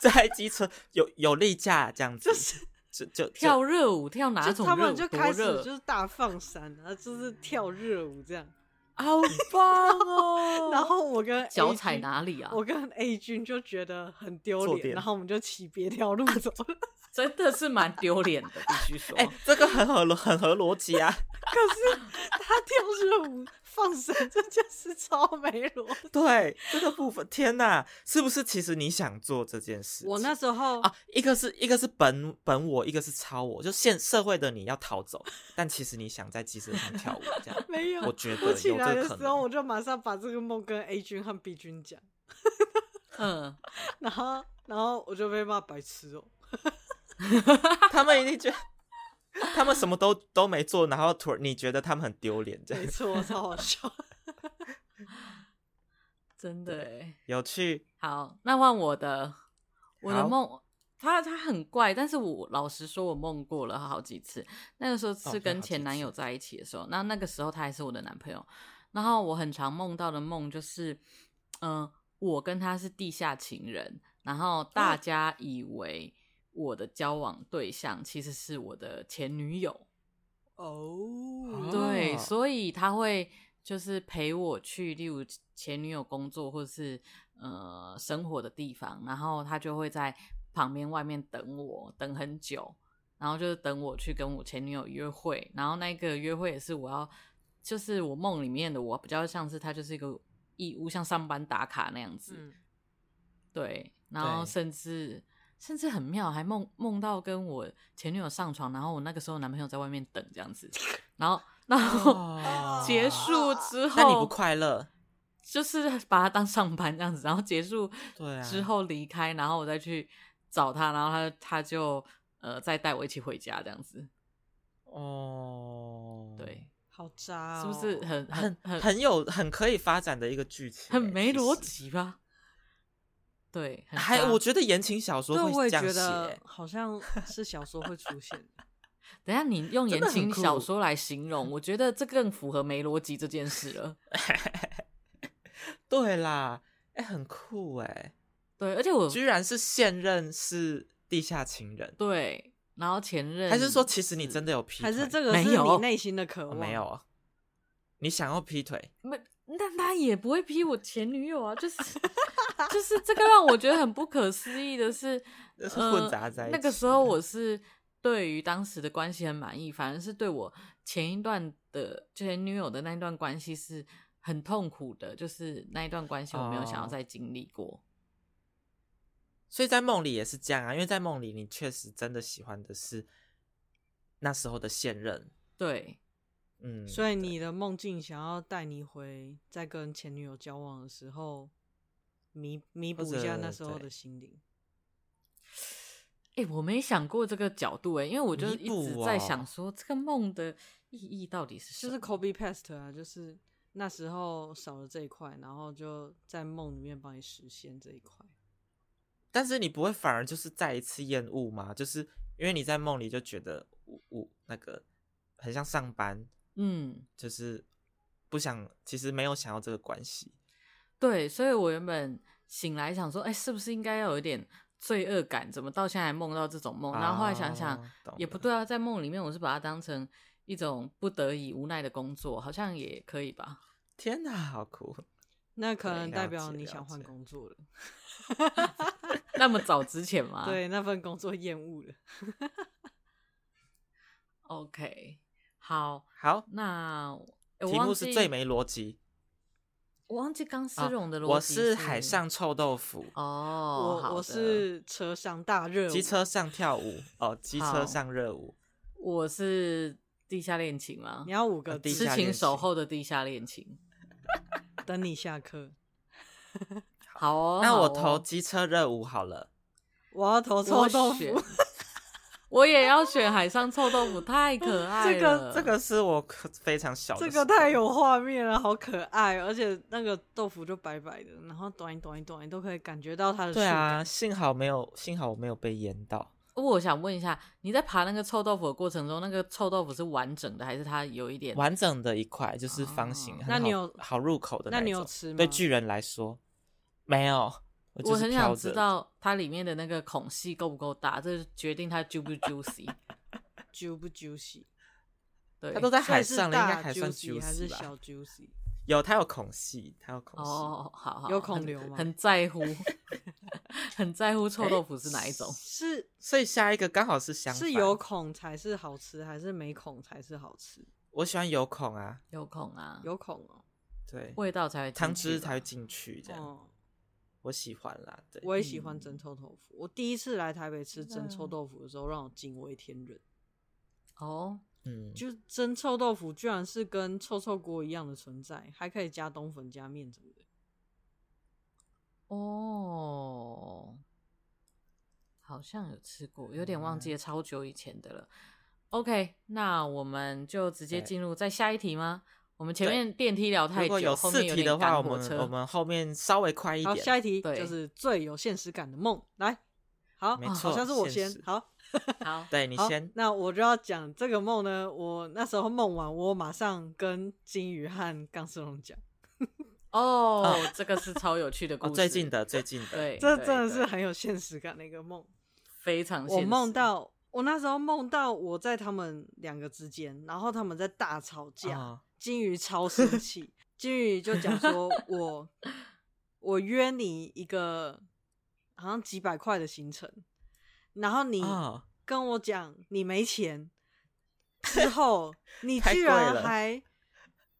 [SPEAKER 1] 这台机车有有例假这样子，
[SPEAKER 3] 就是
[SPEAKER 1] 就就
[SPEAKER 2] 跳热舞跳哪
[SPEAKER 3] 就
[SPEAKER 2] 种
[SPEAKER 3] 他
[SPEAKER 2] 热
[SPEAKER 3] 们
[SPEAKER 2] 舞？
[SPEAKER 3] 就
[SPEAKER 2] 多
[SPEAKER 3] 开始
[SPEAKER 2] 热
[SPEAKER 3] 就是大放闪，然后就是跳热舞这样。
[SPEAKER 2] 好棒 哦
[SPEAKER 3] 然后我跟 A
[SPEAKER 2] 脚踩
[SPEAKER 3] 君
[SPEAKER 2] 哪里啊？
[SPEAKER 3] 我跟 A 君就觉得很丢
[SPEAKER 1] 坐
[SPEAKER 3] 脸，
[SPEAKER 1] 垫
[SPEAKER 3] 然后我们就骑别条路走了。
[SPEAKER 2] 真的是蛮丢脸的，必须说。
[SPEAKER 1] 哎、这个很合逻很合逻辑啊。
[SPEAKER 3] 可是他跳热舞放生这件事超没逻辑。
[SPEAKER 1] 对这个部分，天哪，是不是其实你想做这件事情？
[SPEAKER 3] 我那时候。
[SPEAKER 1] 啊，一个是一个是本本我，一个是超我，就现社会的你要逃走，但其实你想在机车上跳舞，这样
[SPEAKER 3] 没有，
[SPEAKER 1] 我觉得
[SPEAKER 3] 我起
[SPEAKER 1] 有这
[SPEAKER 3] 来的
[SPEAKER 1] 个可
[SPEAKER 3] 时候我
[SPEAKER 1] 能。
[SPEAKER 3] 就马上把这个梦跟 A 君和 B 君讲，
[SPEAKER 2] 嗯，
[SPEAKER 3] 然后然后我就被骂白痴哦、
[SPEAKER 1] 他们一定觉得他们什么都都没做，然后突然你觉得他们很丢脸，这
[SPEAKER 3] 没
[SPEAKER 1] 样
[SPEAKER 3] 错，超好笑。
[SPEAKER 2] 真的哎。
[SPEAKER 1] 有趣。
[SPEAKER 2] 好，那换我的，我的
[SPEAKER 1] 好
[SPEAKER 2] 梦，他他很怪，但是我老实说，我梦过了好几次。那个时候是跟前男友在一起的时候，那那个时候他还是我的男朋友。然后我很常梦到的梦就是，嗯、我跟他是地下情人，然后大家以为我的交往对象其实是我的前女友。
[SPEAKER 3] 哦
[SPEAKER 2] 对，
[SPEAKER 1] 哦
[SPEAKER 2] 所以他会就是陪我去，例如前女友工作或是呃生活的地方，然后他就会在旁边外面等我，等很久，然后就是等我去跟我前女友约会，然后那个约会也是我要，就是我梦里面的我比较像是他就是一个义务，像上班打卡那样子，
[SPEAKER 3] 嗯，
[SPEAKER 2] 对，然后
[SPEAKER 1] 对
[SPEAKER 2] 甚至甚至很妙，还梦梦到跟我前女友上床，然后我那个时候男朋友在外面等这样子，然后然后、
[SPEAKER 1] 哦
[SPEAKER 2] 结束之
[SPEAKER 1] 那你不
[SPEAKER 2] 后，
[SPEAKER 1] 快乐？
[SPEAKER 2] 就是 把他当上班这样子，然后结束
[SPEAKER 1] 对啊
[SPEAKER 2] 之后离开，然后我再去找他，然后他他就呃再带我一起回家这样子，
[SPEAKER 1] 哦，
[SPEAKER 2] 对，，
[SPEAKER 3] 好渣、哦
[SPEAKER 2] 是不是？很
[SPEAKER 1] 嗯很
[SPEAKER 2] 很很
[SPEAKER 1] 很有很可以发展的一个剧情欸，
[SPEAKER 2] 很没
[SPEAKER 1] 其
[SPEAKER 2] 逻
[SPEAKER 1] 实。
[SPEAKER 2] 辑吧？对，很
[SPEAKER 1] 还
[SPEAKER 2] 渣
[SPEAKER 1] 我觉得言情小说
[SPEAKER 3] 对，我
[SPEAKER 1] 会
[SPEAKER 3] 也
[SPEAKER 1] 这样
[SPEAKER 3] 觉
[SPEAKER 1] 写
[SPEAKER 3] 得
[SPEAKER 1] 欸，
[SPEAKER 3] 好像是小说会出现的。
[SPEAKER 2] 等一下你用
[SPEAKER 1] 真
[SPEAKER 2] 言
[SPEAKER 1] 的很
[SPEAKER 2] 情
[SPEAKER 1] 酷
[SPEAKER 2] 小说来形 容，我觉得这更符合没逻辑这件事了。
[SPEAKER 1] 对啦，哎，很酷哎，
[SPEAKER 2] 对，而且我
[SPEAKER 1] 居然是现任是地下情人，
[SPEAKER 2] 对，然后前任
[SPEAKER 1] 还是说其实你真的有 劈腿？
[SPEAKER 3] 还是这个
[SPEAKER 2] 没
[SPEAKER 3] 是你
[SPEAKER 2] 有
[SPEAKER 3] 内心的渴
[SPEAKER 1] 哦
[SPEAKER 3] 望？
[SPEAKER 1] 没有，啊？你想要劈腿？
[SPEAKER 2] 没，但他也不会劈我前女友啊，就是 就是这个让我觉得很不可思议的是，
[SPEAKER 1] 就是
[SPEAKER 2] 呃
[SPEAKER 1] 混杂在一起
[SPEAKER 2] 那个时候我是对于当时的关系很满意，反而是对我前一段的前女友的那一段关系是很痛苦的，就是那一段关系我没有想要
[SPEAKER 1] 哦
[SPEAKER 2] 再经历过。
[SPEAKER 1] 所以在梦里也是这样啊，因为在梦里你确实真的喜欢的是那时候的现任，
[SPEAKER 2] 对，
[SPEAKER 1] 嗯，
[SPEAKER 3] 所以你的梦境想要带你回在跟前女友交往的时候，弥弥补一下那时候的心灵。
[SPEAKER 2] 哎、我没想过这个角度哎、因为我就
[SPEAKER 1] 弥
[SPEAKER 2] 一直
[SPEAKER 1] 补
[SPEAKER 2] 在
[SPEAKER 1] 哦
[SPEAKER 2] 想说这个梦的意义到底是什
[SPEAKER 3] 就
[SPEAKER 2] 么？
[SPEAKER 3] 是 Kobe Past 啊，就是那时候少了这一块，然后就在梦里面帮你实现这一块。
[SPEAKER 1] 但是你不会反而就是再一次厌恶吗？就是因为你在梦里就觉得我我那个很像上班，
[SPEAKER 2] 嗯。
[SPEAKER 1] 就是不想，其实没有想要这个关系。
[SPEAKER 2] 对，所以我原本醒来想说，哎，是不是应该要有一点罪恶感？怎么到现在还梦到这种梦？哦然后后来想想、
[SPEAKER 1] 啊懂
[SPEAKER 2] 也
[SPEAKER 1] 了
[SPEAKER 2] 不对啊，在梦里面我是把它当成一种不得已无奈的工作，好像也可以吧？
[SPEAKER 1] 天哪，好酷！
[SPEAKER 3] 那可
[SPEAKER 1] 对
[SPEAKER 3] 能
[SPEAKER 1] 了
[SPEAKER 3] 代表
[SPEAKER 1] 解
[SPEAKER 3] 你
[SPEAKER 1] 了
[SPEAKER 3] 想换
[SPEAKER 1] 解
[SPEAKER 3] 工作了，
[SPEAKER 2] 那么早之前
[SPEAKER 1] 啊
[SPEAKER 2] 吗？
[SPEAKER 3] 对那份工作厌恶了。
[SPEAKER 2] ，OK，好，
[SPEAKER 1] 好，
[SPEAKER 2] 那诶我
[SPEAKER 1] 题
[SPEAKER 2] 忘
[SPEAKER 1] 目
[SPEAKER 2] 记
[SPEAKER 1] 是最，没逻辑。
[SPEAKER 2] 我忘记刚丝
[SPEAKER 1] 啊
[SPEAKER 2] 绒的逻辑、
[SPEAKER 1] 我是海上臭豆腐，
[SPEAKER 2] 哦，好
[SPEAKER 3] 我我
[SPEAKER 2] 的
[SPEAKER 3] 是车上大热舞，
[SPEAKER 1] 机车上跳舞哦，机
[SPEAKER 2] 好
[SPEAKER 1] 车上热舞。
[SPEAKER 2] 我是地下恋情吗
[SPEAKER 3] 你？要五个
[SPEAKER 1] 呃地
[SPEAKER 3] 字
[SPEAKER 2] 痴
[SPEAKER 1] 下
[SPEAKER 2] 情
[SPEAKER 1] 恋
[SPEAKER 2] 守
[SPEAKER 1] 情
[SPEAKER 2] 候的地下恋情。
[SPEAKER 3] 等你下课。
[SPEAKER 2] 好哦，
[SPEAKER 1] 那
[SPEAKER 2] 好
[SPEAKER 1] 我
[SPEAKER 2] 哦
[SPEAKER 1] 投机车热舞好了。
[SPEAKER 3] 我要投臭
[SPEAKER 2] 我
[SPEAKER 3] 豆
[SPEAKER 2] 选
[SPEAKER 3] 腐，
[SPEAKER 2] 我也要选海上臭豆腐，太可爱
[SPEAKER 3] 这个
[SPEAKER 2] 了。
[SPEAKER 1] 这个是我可非常小的
[SPEAKER 3] 这
[SPEAKER 1] 时候，
[SPEAKER 3] 个太有画面了，好可爱，哦而且那个豆腐就白白的，然后短一短一短一都可以感觉到它的
[SPEAKER 1] 对啊，
[SPEAKER 3] 触感，
[SPEAKER 1] 幸好没有，幸好我没有被淹到。
[SPEAKER 2] 我想问一下，你在爬那个臭豆腐的过程中，那个臭豆腐是完整的，还是它有一点？
[SPEAKER 1] 完整的一块，就是方形，
[SPEAKER 2] 哦
[SPEAKER 1] 很
[SPEAKER 3] 那你
[SPEAKER 1] 好
[SPEAKER 3] 有
[SPEAKER 1] 好入口的
[SPEAKER 3] 那
[SPEAKER 1] 一
[SPEAKER 3] 你有
[SPEAKER 1] 种
[SPEAKER 3] 吃
[SPEAKER 1] 对
[SPEAKER 3] 吗
[SPEAKER 1] 巨人来说，没有，我就是
[SPEAKER 2] 很
[SPEAKER 1] 飘
[SPEAKER 2] 想
[SPEAKER 1] 着
[SPEAKER 2] 知道它里面的那个孔隙够不够大，这是决定它 juicy 不 juicy。
[SPEAKER 3] juicy 不 juicy？
[SPEAKER 2] 对，
[SPEAKER 1] 它都在海
[SPEAKER 3] 所以是
[SPEAKER 1] 上了，应该
[SPEAKER 3] 大
[SPEAKER 1] 还算
[SPEAKER 3] juicy 还
[SPEAKER 1] juicy
[SPEAKER 3] 是
[SPEAKER 1] 吧？
[SPEAKER 3] 小 juicy？
[SPEAKER 1] 有，它有孔隙，它有孔隙。
[SPEAKER 2] 哦，好好，
[SPEAKER 3] 有孔
[SPEAKER 2] 很
[SPEAKER 3] 流吗
[SPEAKER 2] 很在乎， 很在乎臭豆腐是哪一种。
[SPEAKER 3] 哎是
[SPEAKER 1] 所以下一个刚好是相反
[SPEAKER 3] 是有，孔才是好吃，还是没孔才是好吃？
[SPEAKER 1] 我喜欢有孔啊，
[SPEAKER 2] 有孔啊，
[SPEAKER 3] 有孔哦，
[SPEAKER 1] 对，
[SPEAKER 2] 味道才会进去吧
[SPEAKER 1] 汤汁才会进去这样，
[SPEAKER 3] 哦，
[SPEAKER 1] 我喜欢啦。对，
[SPEAKER 3] 我也喜欢
[SPEAKER 2] 嗯
[SPEAKER 3] 蒸臭豆腐。我第一次来台北吃
[SPEAKER 2] 真
[SPEAKER 3] 蒸
[SPEAKER 2] 的
[SPEAKER 3] 臭
[SPEAKER 1] 啊
[SPEAKER 3] 豆腐的时候，让我惊为天人。
[SPEAKER 2] 哦。
[SPEAKER 1] 嗯，
[SPEAKER 3] 就蒸臭豆腐居然是跟臭臭锅一样的存在，还可以加冬粉、加面什么的。
[SPEAKER 2] 哦，好像有吃过，有点
[SPEAKER 1] 嗯
[SPEAKER 2] 忘记了，超久以前的了。OK，那我们就直接
[SPEAKER 1] 对
[SPEAKER 2] 进入在下一题吗？我们前
[SPEAKER 1] 对
[SPEAKER 2] 面电梯聊
[SPEAKER 1] 如
[SPEAKER 2] 太
[SPEAKER 1] 果
[SPEAKER 2] 久，后
[SPEAKER 1] 四
[SPEAKER 2] 面有
[SPEAKER 1] 题
[SPEAKER 2] 点
[SPEAKER 1] 的话，
[SPEAKER 2] 赶
[SPEAKER 1] 我
[SPEAKER 2] 火
[SPEAKER 1] 们
[SPEAKER 2] 车。
[SPEAKER 1] 我们后面稍微快一
[SPEAKER 3] 好，
[SPEAKER 1] 点。
[SPEAKER 3] 下一题
[SPEAKER 2] 对
[SPEAKER 3] 就是最有现实感的梦。来，好，
[SPEAKER 1] 没
[SPEAKER 3] 好
[SPEAKER 1] 错
[SPEAKER 3] 像是我
[SPEAKER 1] 现
[SPEAKER 3] 先
[SPEAKER 1] 实
[SPEAKER 3] 好。
[SPEAKER 2] 好，
[SPEAKER 1] 对你
[SPEAKER 3] 好
[SPEAKER 1] 先，
[SPEAKER 3] 那我就要讲这个梦呢。我那时候梦完，我马上跟金鱼和杠丝龙讲，
[SPEAKER 2] 哦，这个是超有趣的故
[SPEAKER 1] 啊哦，
[SPEAKER 2] 事。
[SPEAKER 1] 最近的最近的，
[SPEAKER 2] 对，
[SPEAKER 3] 这
[SPEAKER 2] 对
[SPEAKER 3] 真的是
[SPEAKER 2] 对
[SPEAKER 3] 很有现实感的一个梦。
[SPEAKER 2] 非常现
[SPEAKER 3] 我
[SPEAKER 2] 实。
[SPEAKER 3] 梦到，我那时候梦到我在他们两个之间，然后他们在大吵架，
[SPEAKER 1] 啊
[SPEAKER 3] 金鱼超生 气，金鱼就讲说我我约你一个好像几百块的行程，然后你
[SPEAKER 1] 啊，
[SPEAKER 3] 跟我讲你没钱，之 后你
[SPEAKER 1] 太
[SPEAKER 3] 居
[SPEAKER 1] 贵
[SPEAKER 3] 然
[SPEAKER 1] 了
[SPEAKER 3] 还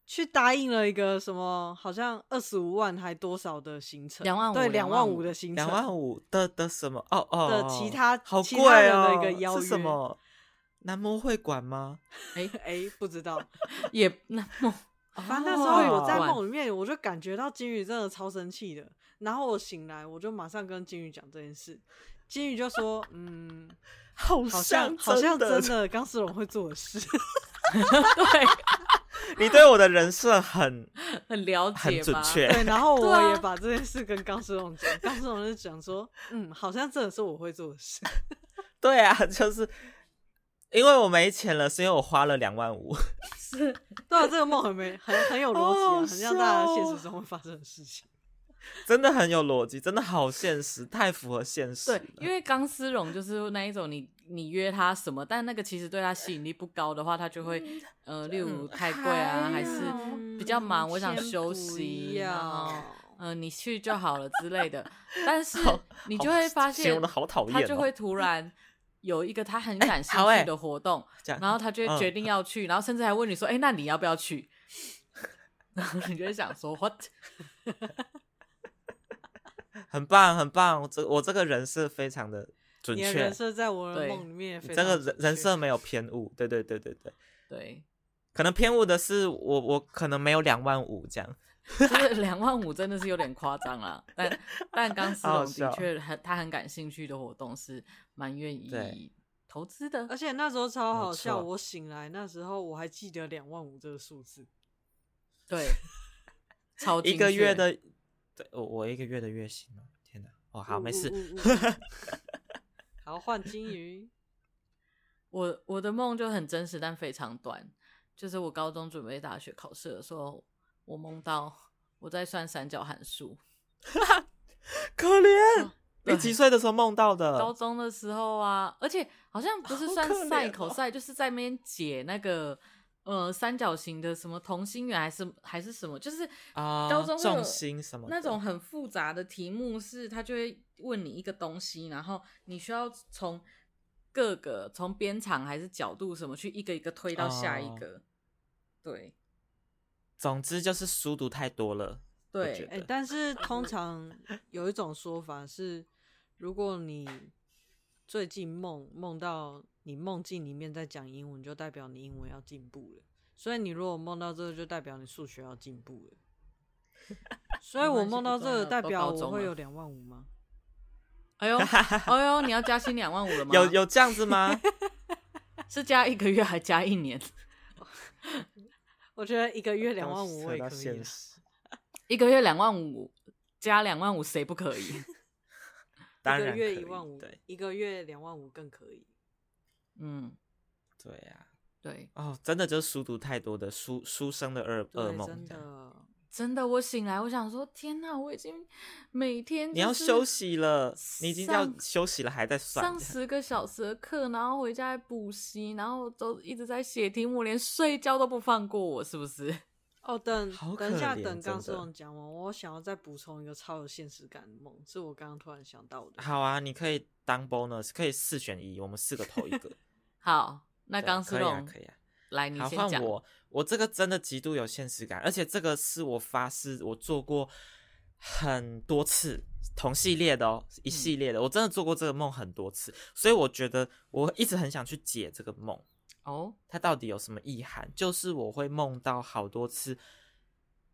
[SPEAKER 3] 去答应了一个什么，好像二十五万还多少的行程，
[SPEAKER 2] 25,000
[SPEAKER 3] 对两万
[SPEAKER 2] 25,000
[SPEAKER 3] 的行程，
[SPEAKER 1] 两万 五的的什么？哦哦，
[SPEAKER 3] 的其他
[SPEAKER 1] 好
[SPEAKER 3] 其
[SPEAKER 1] 贵
[SPEAKER 3] 他人的
[SPEAKER 1] 哦，
[SPEAKER 3] 一个邀
[SPEAKER 1] 是什
[SPEAKER 3] 约
[SPEAKER 1] 么？南模会馆吗？
[SPEAKER 2] 哎，
[SPEAKER 3] 哎、不知 道，
[SPEAKER 2] 也那梦，
[SPEAKER 3] 反正那时候我在
[SPEAKER 2] 哦
[SPEAKER 3] 梦里面，我就感觉到金鱼真的超生气的。然后我醒来，我就马上跟金鱼讲这件事。金鱼就说：“嗯，
[SPEAKER 1] 好
[SPEAKER 3] 好像好像真
[SPEAKER 1] 的，
[SPEAKER 3] 的钢丝绒会做的事。
[SPEAKER 2] 对，
[SPEAKER 1] 你对我的人设很
[SPEAKER 2] 很了
[SPEAKER 1] 很
[SPEAKER 2] 解
[SPEAKER 1] 准
[SPEAKER 2] 吧？
[SPEAKER 1] 确”。
[SPEAKER 3] 对，然后
[SPEAKER 2] 对
[SPEAKER 3] 我
[SPEAKER 2] 啊
[SPEAKER 3] 也把这件事跟钢丝绒讲，钢丝绒就讲说：“嗯，好像真的是我会做的事。
[SPEAKER 1] 对啊， 就是因为我没钱了，是因为我花了两万五。”
[SPEAKER 3] 对啊，这个梦很没很很有逻辑啊，
[SPEAKER 1] 好
[SPEAKER 3] 很像大家
[SPEAKER 1] 笑哦
[SPEAKER 3] 现实中会发生的事情。
[SPEAKER 1] 真的很有逻辑，真的好现实，太符合现实了。
[SPEAKER 2] 对，因为钢丝绒就是那一种你，你约他什么，但那个其实对他吸引力不高的话，他就会，
[SPEAKER 1] 嗯
[SPEAKER 2] 呃，例如太贵 啊，还
[SPEAKER 1] 哎
[SPEAKER 2] 是比较忙，我想休息，然后，呃，你去就好了之类的。但是
[SPEAKER 1] 好
[SPEAKER 2] 你
[SPEAKER 1] 好
[SPEAKER 2] 就会发
[SPEAKER 1] 形
[SPEAKER 2] 现
[SPEAKER 1] 容的，好讨厌、哦，
[SPEAKER 2] 他就会突然有一个他很感兴
[SPEAKER 1] 好欸
[SPEAKER 2] 趣的 活动，
[SPEAKER 1] 这样，
[SPEAKER 2] 然后他就会决
[SPEAKER 1] 嗯
[SPEAKER 2] 定要去，然后甚至还问你说：“哎、那你要不要去？” 然后你就会想说：“What？”
[SPEAKER 1] 很棒，很棒。我这我这个人设非常的准
[SPEAKER 3] 你的
[SPEAKER 1] 确
[SPEAKER 3] 人，设在我的
[SPEAKER 2] 对
[SPEAKER 3] 梦里面也
[SPEAKER 1] 你
[SPEAKER 3] 非
[SPEAKER 1] 这
[SPEAKER 3] 常
[SPEAKER 1] 个
[SPEAKER 3] 准确，
[SPEAKER 1] 人人设没有偏误。对对对对对，
[SPEAKER 2] 对，
[SPEAKER 1] 可能偏误的是我，我可能没有两万五这样。
[SPEAKER 2] 就是两万五真的是有点夸张啦。但但钢丝
[SPEAKER 1] 好
[SPEAKER 2] 绒
[SPEAKER 1] 好笑
[SPEAKER 2] 的确很他很感兴趣的活动是蛮愿
[SPEAKER 1] 对
[SPEAKER 2] 意投资的
[SPEAKER 3] 而。且那时候超好笑，
[SPEAKER 1] 没错
[SPEAKER 3] 我醒来那时候我还记得两万五这个数字，
[SPEAKER 2] 对，超
[SPEAKER 1] 一
[SPEAKER 2] 精
[SPEAKER 1] 个月
[SPEAKER 2] 确
[SPEAKER 1] 的，对我我一个月的月薪哦，天哪！哦，好，
[SPEAKER 3] 呜
[SPEAKER 1] 没事
[SPEAKER 3] 呜。呜呜呜 好，换金鱼，
[SPEAKER 2] 我我的梦就很真实，但非常短。就是我高中准备大学考试的时候，我梦到我在算三角函数。
[SPEAKER 1] 可怜
[SPEAKER 2] 哦，
[SPEAKER 1] 你几岁的时候梦到
[SPEAKER 2] 高
[SPEAKER 1] 的？
[SPEAKER 2] 中的时候啊，而且好像不是
[SPEAKER 1] 嗯好
[SPEAKER 2] 算
[SPEAKER 1] 可
[SPEAKER 2] 赛
[SPEAKER 1] 怜
[SPEAKER 2] 口
[SPEAKER 1] 哦
[SPEAKER 2] 赛，就是在那边解那个呃三角形的什么同心圆还是还是什么，就是
[SPEAKER 1] 啊，
[SPEAKER 2] 高中会有
[SPEAKER 1] 重心什么的
[SPEAKER 2] 那种很复杂的题目是，他就会问你一个东西，然后你需要从各个从边长还是角度什么去一个一个推到下一
[SPEAKER 1] 哦
[SPEAKER 2] 个，对
[SPEAKER 1] 总之就是书读太多了。我觉
[SPEAKER 2] 对
[SPEAKER 1] 得
[SPEAKER 3] 哎、但是通常有一种说法是，如果你最近梦梦到你梦境里面在讲英文，就代表你英文要进步了。所以你如果梦到这个，就代表你数学要进步了。所以
[SPEAKER 2] 没
[SPEAKER 3] 我
[SPEAKER 2] 关系
[SPEAKER 3] 梦到这
[SPEAKER 2] 不重
[SPEAKER 3] 个，
[SPEAKER 2] 要
[SPEAKER 3] 代
[SPEAKER 2] 都
[SPEAKER 3] 表
[SPEAKER 2] 高
[SPEAKER 3] 我
[SPEAKER 2] 中
[SPEAKER 3] 会
[SPEAKER 2] 了
[SPEAKER 3] 有两万五吗？
[SPEAKER 2] 哎 呦哎呦，你要加薪两万五了吗？
[SPEAKER 1] 有有这样子吗？
[SPEAKER 2] 是加一个月还加一年？
[SPEAKER 3] 我觉得一个月两
[SPEAKER 1] 要
[SPEAKER 3] 万五我
[SPEAKER 1] 扯
[SPEAKER 3] 也
[SPEAKER 1] 到
[SPEAKER 3] 可以啊
[SPEAKER 1] 现
[SPEAKER 3] 啦
[SPEAKER 1] 实
[SPEAKER 2] 一个月两万五加两万五谁不 可以？
[SPEAKER 1] 当
[SPEAKER 3] 一
[SPEAKER 1] 然
[SPEAKER 3] 个月
[SPEAKER 1] 可
[SPEAKER 3] 一
[SPEAKER 1] 以
[SPEAKER 3] 万五
[SPEAKER 1] 对，
[SPEAKER 3] 一个月两万五更可以。
[SPEAKER 2] 嗯，
[SPEAKER 1] 对啊，
[SPEAKER 2] 对。
[SPEAKER 1] 哦，真的就是书读太多的书书生的噩噩
[SPEAKER 3] 对，
[SPEAKER 1] 梦，
[SPEAKER 3] 真的。
[SPEAKER 2] 真的，我醒来，我想说，天哪，我已经每天、
[SPEAKER 1] 你要休，息了，你已经要
[SPEAKER 2] 上
[SPEAKER 1] 休息了，还在算嗯
[SPEAKER 2] 上，十个小时的课，然后回家还补习，然后都一直在写题目，连睡觉都不放过我，是不是？
[SPEAKER 3] 哦，等
[SPEAKER 1] 好
[SPEAKER 3] 等一下，
[SPEAKER 1] 可怜
[SPEAKER 3] 等
[SPEAKER 1] 真
[SPEAKER 3] 刚
[SPEAKER 1] 的
[SPEAKER 3] 思龙讲完，我想要再补充一个超有现实感的梦，是我刚刚突然想到的。
[SPEAKER 1] 好啊，你可以当 bonus，可以四选一，我们四个投一 个。
[SPEAKER 2] 好，那
[SPEAKER 1] 那
[SPEAKER 2] 钢丝
[SPEAKER 1] 可以啊，
[SPEAKER 2] 绒，
[SPEAKER 1] 可以啊。
[SPEAKER 2] 来，你
[SPEAKER 1] 好，
[SPEAKER 2] 嗯先
[SPEAKER 1] 换
[SPEAKER 2] 讲。
[SPEAKER 1] 我，我这个真的极度有现实感，而且这个是我发誓我做过很多次，同系列的哦，一
[SPEAKER 2] 嗯
[SPEAKER 1] 系列的，我真的做过这个梦很多次，所以我觉得我一直很想去解这个梦。
[SPEAKER 2] 哦，
[SPEAKER 1] 它到底有什么意涵？就是我会梦到好多次，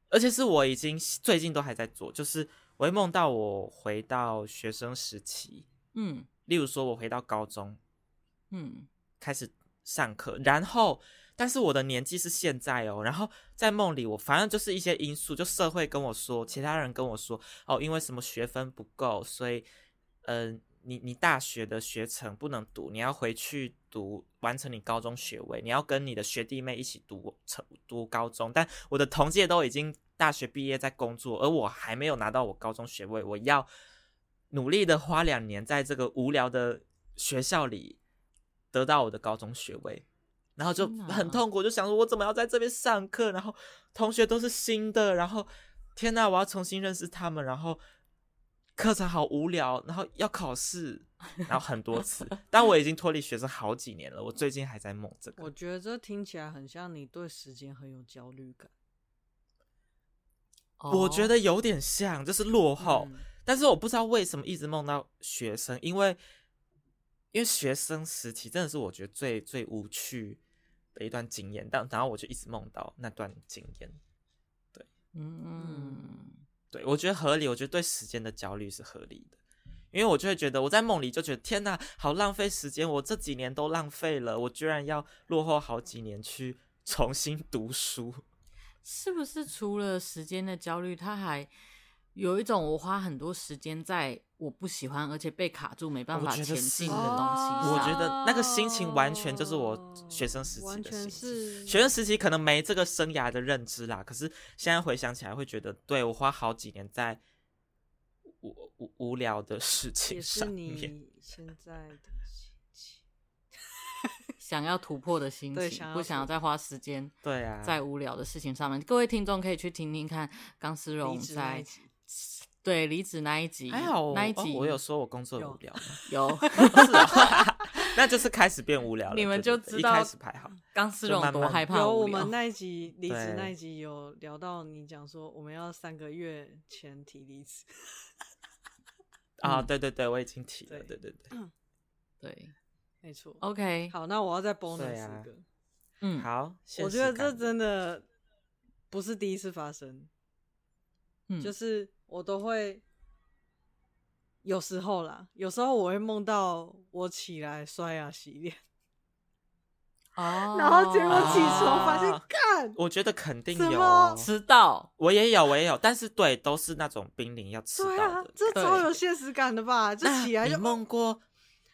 [SPEAKER 1] 而且是我已经最近都还在做，就是我会梦到我回到学生时期，
[SPEAKER 2] 嗯
[SPEAKER 1] 例如说我回到高中
[SPEAKER 2] 嗯，
[SPEAKER 1] 开始上课，然后但是我的年纪是现在哦，然后在梦里我反正就是一些因素，就社会跟我说，其他人跟我说，哦，因为什么学分不够，所以嗯、呃你你大学的学程不能读，你要回去读完成你高中学位，你要跟你的学弟妹一起读成读高中。但我的同届都已经大学毕业在工作，而我还没有拿到我高中学位，我要努力的花两年在这个无聊的学校里得到我的高中学位。然后就
[SPEAKER 2] 天哪
[SPEAKER 1] 很痛苦，就想说我怎么要在这边上课？然后同学都是新的，然后天呐，我要重新认识他们，然后课程好无聊，然后要考试，然后很多 次。但我已经脱离学生好几年了，我最近还在梦这
[SPEAKER 3] 我
[SPEAKER 1] 个。
[SPEAKER 3] 觉得这听起来很像你对时间很有焦虑感。
[SPEAKER 1] 我觉
[SPEAKER 2] 得
[SPEAKER 1] 得有点像，就是落后，
[SPEAKER 3] 嗯
[SPEAKER 1] 哦但是我不知道为什么一直梦到学生，因为因为学生时期真的是我觉得最最无趣的一段经验，但然后我就一直梦到那段经验。
[SPEAKER 2] 嗯，
[SPEAKER 1] 对，我觉得合理，我觉得对时间的焦虑是合理的，因为我就会觉得我在梦里就觉得天哪，好浪费时间，我这几年都浪费了，我居然要落后好几年去 重新读书。
[SPEAKER 2] 是不是除了时间的焦虑，他还有一种我花很多时间在我不喜欢而且被卡住没办
[SPEAKER 1] 我
[SPEAKER 2] 法
[SPEAKER 1] 觉得
[SPEAKER 2] 前
[SPEAKER 1] 是
[SPEAKER 2] 进的东西上？
[SPEAKER 1] 我觉得那个心情完全就是我学生时期的
[SPEAKER 3] 完全
[SPEAKER 1] 心
[SPEAKER 3] 是
[SPEAKER 1] 学生时期可能没这个生涯的认知啦，可是现在回想起来会觉得，对我花好几年在无无无聊的事情
[SPEAKER 3] 也是
[SPEAKER 1] 上面，
[SPEAKER 3] 你现在的心情。
[SPEAKER 2] 想要突破的心
[SPEAKER 3] 对
[SPEAKER 2] 情，
[SPEAKER 3] 想要
[SPEAKER 2] 不想要
[SPEAKER 3] 突
[SPEAKER 2] 再花时间
[SPEAKER 1] 对啊，
[SPEAKER 2] 在无聊的事情上面。各位听众可以去听听看钢丝
[SPEAKER 3] 离
[SPEAKER 2] 绒
[SPEAKER 3] 职那一
[SPEAKER 2] 在
[SPEAKER 3] 集
[SPEAKER 2] 对离职那一集，
[SPEAKER 1] 还好
[SPEAKER 2] 那一
[SPEAKER 1] 哦
[SPEAKER 2] 集、
[SPEAKER 1] 我有说我工作
[SPEAKER 3] 有
[SPEAKER 1] 无聊 吗。
[SPEAKER 2] 有
[SPEAKER 1] 是啊， 那就是开始变无聊了。
[SPEAKER 2] 你们
[SPEAKER 1] 对
[SPEAKER 2] 就
[SPEAKER 1] 对对
[SPEAKER 2] 知道
[SPEAKER 1] 一开始还好，
[SPEAKER 2] 钢丝
[SPEAKER 1] 就
[SPEAKER 2] 绒
[SPEAKER 1] 慢
[SPEAKER 2] 多
[SPEAKER 1] 慢
[SPEAKER 2] 害怕
[SPEAKER 3] 有
[SPEAKER 2] 无
[SPEAKER 3] 我
[SPEAKER 2] 聊
[SPEAKER 3] 们那一 集离职那
[SPEAKER 1] 对
[SPEAKER 3] 一集有聊到你讲说我们要三个月前提离职，
[SPEAKER 1] 啊，
[SPEAKER 2] 嗯
[SPEAKER 1] 对对对，我已经提了，
[SPEAKER 3] 对
[SPEAKER 1] 对对对，
[SPEAKER 2] 对
[SPEAKER 3] 没错。
[SPEAKER 2] ，OK，
[SPEAKER 3] 好，那我要再 bonus
[SPEAKER 1] 对
[SPEAKER 3] 一
[SPEAKER 1] 啊
[SPEAKER 3] 个。
[SPEAKER 2] 嗯，
[SPEAKER 1] 好，
[SPEAKER 3] 我觉得这
[SPEAKER 1] 真
[SPEAKER 3] 真的不是第一次发生，
[SPEAKER 2] 嗯
[SPEAKER 3] 就是我都会有时候啦，有时候我会梦到我起来刷牙洗脸，
[SPEAKER 2] 哦，
[SPEAKER 3] 然后结果起床发现
[SPEAKER 1] 啊，
[SPEAKER 3] 干、
[SPEAKER 1] 我觉得肯定
[SPEAKER 3] 什
[SPEAKER 1] 有
[SPEAKER 3] 么
[SPEAKER 1] 哦，
[SPEAKER 2] 迟到，
[SPEAKER 1] 我也有，我也有，但是对，都是那种濒临要迟
[SPEAKER 3] 对
[SPEAKER 1] 到
[SPEAKER 3] 啊
[SPEAKER 1] 的，，
[SPEAKER 3] 这
[SPEAKER 2] 对
[SPEAKER 3] 超有现实感的吧？就
[SPEAKER 1] 那
[SPEAKER 3] 起来
[SPEAKER 1] 你
[SPEAKER 3] 就哦
[SPEAKER 1] 梦啊过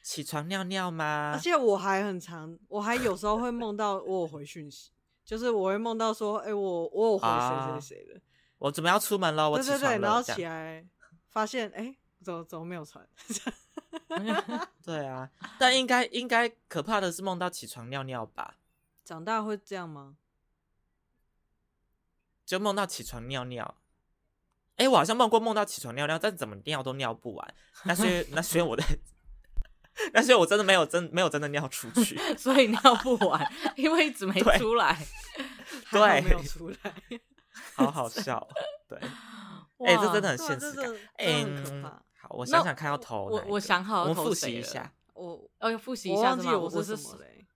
[SPEAKER 1] 起床尿尿吗
[SPEAKER 3] 而？且我还很常，我还有时候会梦到我有回讯息，就是我会梦到说，哎、我我有回谁谁
[SPEAKER 1] 啊
[SPEAKER 3] 谁的，
[SPEAKER 1] 我准备要出门了，我
[SPEAKER 3] 对
[SPEAKER 1] 起
[SPEAKER 3] 对对，
[SPEAKER 1] 床
[SPEAKER 3] 然后
[SPEAKER 1] 了，这
[SPEAKER 3] 起
[SPEAKER 1] 样
[SPEAKER 3] 来发现，哎、怎么怎么没有传？
[SPEAKER 1] 对啊，但应该应该可怕的是梦到起床尿尿吧。
[SPEAKER 3] 长大会这样吗？
[SPEAKER 1] 就梦到起床尿尿。哎、我好像梦过梦到起床尿尿，但怎么尿都尿不完。那所以那所以我的， 那所以我真的没有真没有真的尿出去。
[SPEAKER 2] 所以尿不完，因为一直没
[SPEAKER 1] 对
[SPEAKER 2] 出来。
[SPEAKER 3] 还好
[SPEAKER 1] 对
[SPEAKER 3] 没有出来。
[SPEAKER 1] 好 好笑哦，对，哎、这真的
[SPEAKER 2] 哇
[SPEAKER 1] 很
[SPEAKER 3] 对啊
[SPEAKER 1] 现
[SPEAKER 3] 这
[SPEAKER 1] 实感
[SPEAKER 3] 真的，
[SPEAKER 1] 哎、
[SPEAKER 3] 真的很可
[SPEAKER 1] 嗯
[SPEAKER 3] 怕
[SPEAKER 1] 好，我
[SPEAKER 2] 那
[SPEAKER 1] 想想看要投
[SPEAKER 2] 我
[SPEAKER 1] 哪一
[SPEAKER 2] 我
[SPEAKER 1] 个
[SPEAKER 2] 想好要
[SPEAKER 1] 我们
[SPEAKER 2] 投
[SPEAKER 1] 复
[SPEAKER 2] 谁
[SPEAKER 1] 习一
[SPEAKER 2] 了
[SPEAKER 1] 下。
[SPEAKER 3] 我
[SPEAKER 2] 哦，要复习一
[SPEAKER 3] 我
[SPEAKER 2] 下
[SPEAKER 3] 忘
[SPEAKER 2] 是
[SPEAKER 3] 记
[SPEAKER 2] 吗？
[SPEAKER 3] 我
[SPEAKER 2] 我
[SPEAKER 3] 是什
[SPEAKER 2] 是
[SPEAKER 3] 么嘞？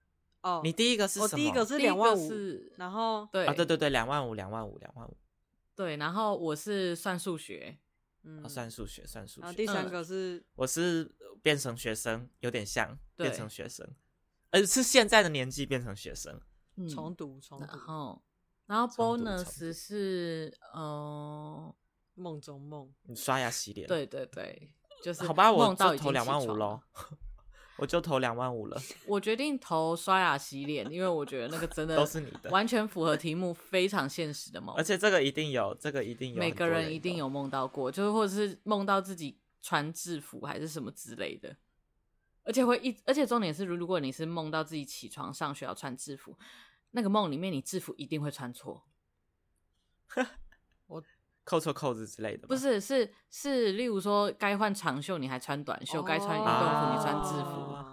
[SPEAKER 3] 哦，
[SPEAKER 1] 你第一个是
[SPEAKER 3] 我
[SPEAKER 1] 什么？
[SPEAKER 3] 第一个
[SPEAKER 2] 第
[SPEAKER 3] 是
[SPEAKER 2] 一
[SPEAKER 3] 两万
[SPEAKER 2] 个
[SPEAKER 3] 五，
[SPEAKER 2] 是
[SPEAKER 3] 然后
[SPEAKER 2] 对
[SPEAKER 1] 啊，对对对，两万五，两万五，两万五。
[SPEAKER 2] 对，然后我是算数学，
[SPEAKER 3] 嗯
[SPEAKER 1] 啊，算数学，算数
[SPEAKER 3] 然后
[SPEAKER 1] 学。
[SPEAKER 3] 第三
[SPEAKER 2] 嗯
[SPEAKER 3] 个是
[SPEAKER 1] 我是变成学生，有点像
[SPEAKER 2] 对
[SPEAKER 1] 变成学生，而是现在的年纪变成学生。
[SPEAKER 2] 嗯
[SPEAKER 3] 重读重
[SPEAKER 2] 然
[SPEAKER 3] 读
[SPEAKER 2] 后然后
[SPEAKER 1] 重读重
[SPEAKER 2] bonus
[SPEAKER 1] 读
[SPEAKER 2] 是呃，
[SPEAKER 3] 梦中梦，
[SPEAKER 1] 你刷牙洗脸，
[SPEAKER 2] 对对对，就是
[SPEAKER 1] 好吧，我
[SPEAKER 2] 梦到
[SPEAKER 1] 就
[SPEAKER 2] 已
[SPEAKER 1] 投
[SPEAKER 2] 经
[SPEAKER 1] 两
[SPEAKER 2] 起
[SPEAKER 1] 万五
[SPEAKER 2] 床
[SPEAKER 1] 喽
[SPEAKER 2] 了。，
[SPEAKER 1] 我就投两万五了，
[SPEAKER 2] 我决定投刷牙洗脸，因为我觉得那个真的
[SPEAKER 1] 都是你的
[SPEAKER 2] 完全符合题目，非常现实的梦
[SPEAKER 1] 而。且这个一定有，这个一定有，
[SPEAKER 2] 每
[SPEAKER 1] 很
[SPEAKER 2] 个
[SPEAKER 1] 多
[SPEAKER 2] 人
[SPEAKER 1] 人
[SPEAKER 2] 一定有梦到过，就是或者是梦到自己穿制服还是什么之类的，而且会一，而且重点是，如如果你是梦到自己起床上学要穿制服，那个梦里面你制服一定会穿错，
[SPEAKER 1] 扣错扣子之类的吧，
[SPEAKER 2] 不是是是，例如说该换长袖你还穿短袖，该
[SPEAKER 1] 哦
[SPEAKER 2] 穿运动服你穿制
[SPEAKER 1] 啊
[SPEAKER 2] 服，
[SPEAKER 3] 哦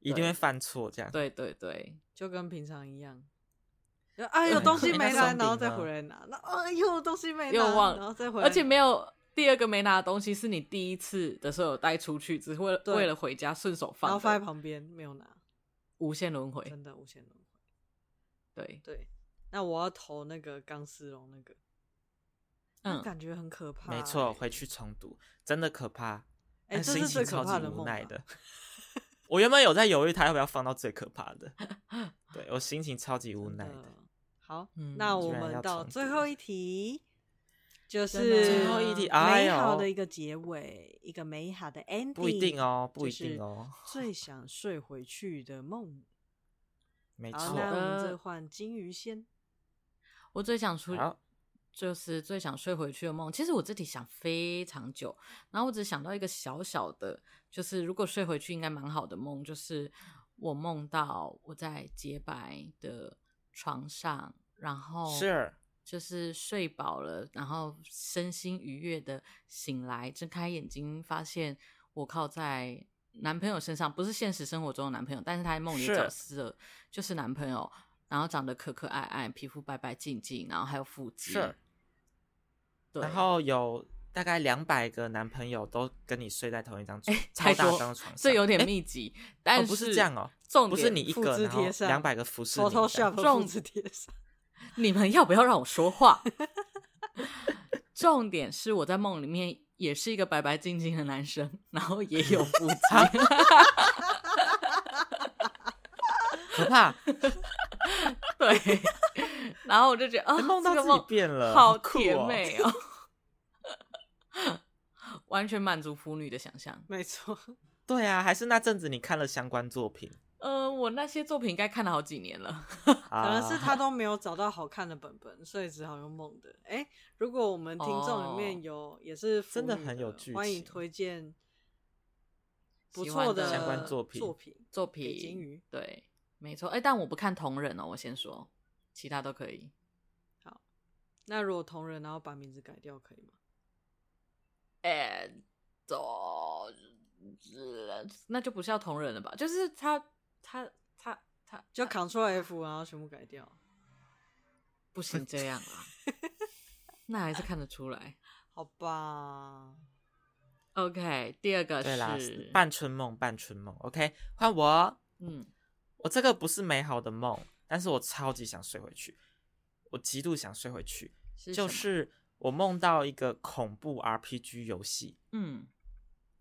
[SPEAKER 1] 一定
[SPEAKER 2] 对
[SPEAKER 1] 会犯错这样。
[SPEAKER 2] 对对对，
[SPEAKER 3] 就跟平常一样。就啊，有
[SPEAKER 2] 对
[SPEAKER 3] 东西没
[SPEAKER 1] 那
[SPEAKER 3] 来，
[SPEAKER 1] 松
[SPEAKER 3] 然后
[SPEAKER 1] 饼
[SPEAKER 3] 再
[SPEAKER 1] 呢
[SPEAKER 3] 回来拿。那啊，又有东西没拿，
[SPEAKER 2] 又忘
[SPEAKER 3] 然后再回来拿。
[SPEAKER 2] 而且没有第二个没拿的东西是你第一次的时候有带出去，只是为了
[SPEAKER 3] 对
[SPEAKER 2] 为了回家顺手
[SPEAKER 3] 然后放
[SPEAKER 2] 放
[SPEAKER 3] 在
[SPEAKER 2] 的，
[SPEAKER 3] 旁边没有拿，
[SPEAKER 2] 无限轮回，
[SPEAKER 3] 真的无限轮回。
[SPEAKER 2] 对，
[SPEAKER 3] 对，那我要投那个钢丝绒那个，那
[SPEAKER 2] 嗯，
[SPEAKER 3] 感觉很可怕欸。
[SPEAKER 1] 没错，回去重读，真的可怕，
[SPEAKER 3] 哎，
[SPEAKER 1] 但
[SPEAKER 3] 这
[SPEAKER 1] 心
[SPEAKER 3] 是最
[SPEAKER 1] 情
[SPEAKER 3] 可
[SPEAKER 1] 超
[SPEAKER 3] 怕
[SPEAKER 1] 级
[SPEAKER 3] 的
[SPEAKER 1] 无
[SPEAKER 3] 梦啊
[SPEAKER 1] 奈
[SPEAKER 3] 吧。
[SPEAKER 1] 的。我原本有在犹豫他要不要放到最可怕 的，对我心情超级无
[SPEAKER 3] 真
[SPEAKER 1] 奈
[SPEAKER 3] 的
[SPEAKER 1] 的。。
[SPEAKER 3] 好，
[SPEAKER 2] 嗯
[SPEAKER 3] 那
[SPEAKER 2] 居
[SPEAKER 3] 我
[SPEAKER 1] 然
[SPEAKER 3] 们
[SPEAKER 1] 要
[SPEAKER 3] 到
[SPEAKER 1] 重
[SPEAKER 3] 最
[SPEAKER 1] 读
[SPEAKER 3] 后一题，就
[SPEAKER 2] 真的
[SPEAKER 3] 是
[SPEAKER 2] 最后一
[SPEAKER 1] 题哎
[SPEAKER 3] 美
[SPEAKER 1] 呦
[SPEAKER 3] 好的一个结尾，一个美好的 ending，
[SPEAKER 1] 不一定哦，不
[SPEAKER 3] 就
[SPEAKER 1] 一
[SPEAKER 3] 是
[SPEAKER 1] 定哦，
[SPEAKER 3] 最想睡回去的梦。
[SPEAKER 1] 没
[SPEAKER 3] 好，
[SPEAKER 1] 错。
[SPEAKER 3] 那我们
[SPEAKER 2] 的
[SPEAKER 3] 这换金鱼先。
[SPEAKER 2] 我最想出
[SPEAKER 1] 好
[SPEAKER 2] 就是最想睡回去的梦。其实我这题想非常久，然后我只想到一个小小的，就是如果睡回去应该蛮好的梦，就是我梦到我在洁白的床上，然后
[SPEAKER 3] 哦
[SPEAKER 1] 是
[SPEAKER 2] 就是睡饱了，然后身心愉悦的醒来，睁开眼睛发现我靠在男朋友身上，不是现实生活中的男朋友，但是他在梦里
[SPEAKER 1] 是
[SPEAKER 2] 的角色就是男朋友，然后长得可可爱爱，皮肤白白净净，然后还有腹肌，
[SPEAKER 1] 是，
[SPEAKER 2] 对，
[SPEAKER 1] 然后有大概两百个男朋友都跟你睡在同一张床，
[SPEAKER 3] 欸
[SPEAKER 1] 超
[SPEAKER 2] 太
[SPEAKER 1] 大
[SPEAKER 2] 多
[SPEAKER 1] 张的床上，
[SPEAKER 2] 这有点
[SPEAKER 1] 哎
[SPEAKER 2] 密集，但
[SPEAKER 1] 哦不是这样哦
[SPEAKER 2] 重点
[SPEAKER 1] 不是你一
[SPEAKER 3] 复
[SPEAKER 1] 个，
[SPEAKER 3] 制
[SPEAKER 1] 然后
[SPEAKER 3] 贴上
[SPEAKER 1] 两百个服侍你
[SPEAKER 3] Photoshop
[SPEAKER 1] 的。
[SPEAKER 3] 复制贴 上，
[SPEAKER 2] 你们要不要让我说话？ 重点是我在梦里面也是一个白白净净的男生，然后也有腹肌。
[SPEAKER 1] 可怕！
[SPEAKER 2] 对，然后我就觉得啊，
[SPEAKER 1] 哎梦到
[SPEAKER 2] 这个
[SPEAKER 1] 自己变了
[SPEAKER 2] 好
[SPEAKER 1] 酷
[SPEAKER 2] 甜
[SPEAKER 1] 哦
[SPEAKER 2] 美哦， 完全满足腐女的想象。
[SPEAKER 3] 没错，
[SPEAKER 1] 对啊，还是那阵子你看了相关作品，
[SPEAKER 2] 呃，我那些作品应该看了好几年了，
[SPEAKER 1] 可
[SPEAKER 3] 可能
[SPEAKER 1] 啊
[SPEAKER 3] 是他都没有找到好看的本本，所以只好用梦的。哎、如果我们听众里面有也是腐
[SPEAKER 1] 哦真的
[SPEAKER 3] 女
[SPEAKER 1] 很有剧
[SPEAKER 3] 欢迎
[SPEAKER 1] 情
[SPEAKER 3] 推荐不
[SPEAKER 2] 喜欢
[SPEAKER 3] 错
[SPEAKER 2] 的
[SPEAKER 1] 相关作品
[SPEAKER 3] 作品
[SPEAKER 2] 作
[SPEAKER 3] 给金
[SPEAKER 2] 品
[SPEAKER 3] 鱼。
[SPEAKER 2] 对，没错。哎，但我不看同人哦，我先说，其他都可以。
[SPEAKER 3] 那如果同人，然后把名字改掉可以吗？
[SPEAKER 2] 哎，走，呃那就不叫同人了吧？就是他，他，他，他
[SPEAKER 1] 啊
[SPEAKER 3] 就 Ctrl F，然后全部改掉。
[SPEAKER 2] 不行这样 啊，那还是看得出来。
[SPEAKER 3] 好吧，
[SPEAKER 2] OK，第二个
[SPEAKER 1] 对啦
[SPEAKER 2] 是，
[SPEAKER 1] 半春梦，半春梦。OK，换我，
[SPEAKER 2] 嗯，
[SPEAKER 1] 我这个不是美好的梦，但是我超级想睡回去，我极度想睡回去，就
[SPEAKER 2] 什么
[SPEAKER 1] 是我梦到一个恐怖 RPG 游戏，
[SPEAKER 2] 嗯，